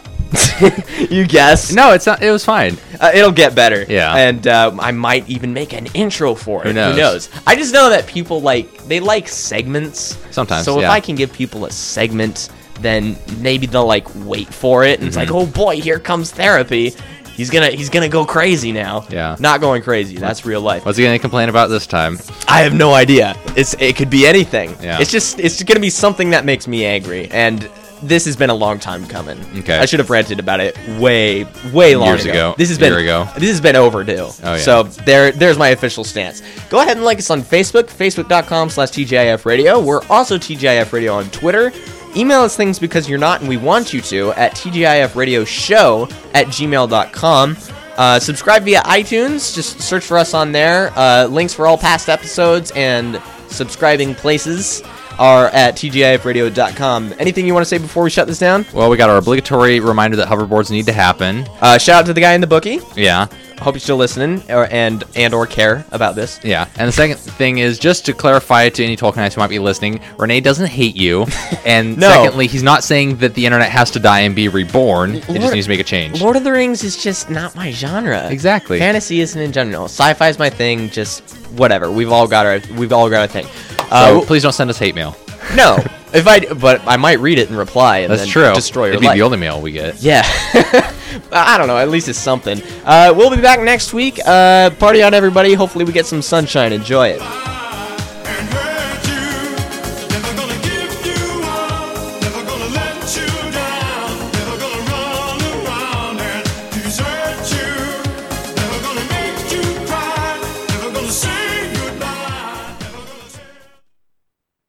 you guess? No, it's not. It was fine. Uh, it'll get better. Yeah. And uh, I might even make an intro for it. Who knows? I just know that people like they like segments Sometimes, So if yeah. I can give people a segment, then maybe they'll like wait for it, and it's like, Mm-hmm. oh boy, here comes therapy. He's gonna he's gonna go crazy now. Yeah. Not going crazy. That's real life. What's he gonna complain about this time? I have no idea. It's it could be anything. Yeah. It's just it's gonna be something that makes me angry, and this has been a long time coming. Okay. I should have ranted about it way way long Years ago. This has Year been ago. This has been overdue. Oh, yeah. So there there's my official stance. Go ahead and like us on Facebook, facebook.com slash TJIF Radio. We're also TJIF Radio on Twitter. Email us things because you're not and we want you to at TGIF Radio Show at gmail.com. Uh, subscribe via iTunes. Just search for us on there. Uh, links for all past episodes and subscribing places are at TGIFradio.com. Anything you want to say before we shut this down? Well, we got our obligatory reminder that hoverboards need to happen. Uh, shout out to the guy in the bookie. Yeah. hope you're still listening or, and and or care about this. Yeah. And the second thing is just to clarify to any Tolkienites who might be listening, Renee doesn't [LAUGHS] hate you. And No. secondly, he's not saying that the internet has to die and be reborn. it Lord- just needs to make a change. Lord of the Rings is just not my genre. Exactly. Fantasy isn't in general. Sci-fi is my thing. Just whatever. We've all got our we've all got our thing. so Uh, please don't send us hate mail. no, if I but I might read it and reply and That's then true. destroy your It'd life. be the only mail we get. Yeah. [LAUGHS] I don't know. At least it's something. Uh, we'll be back next week. Uh, party on, everybody. Hopefully, we get some sunshine. Enjoy it.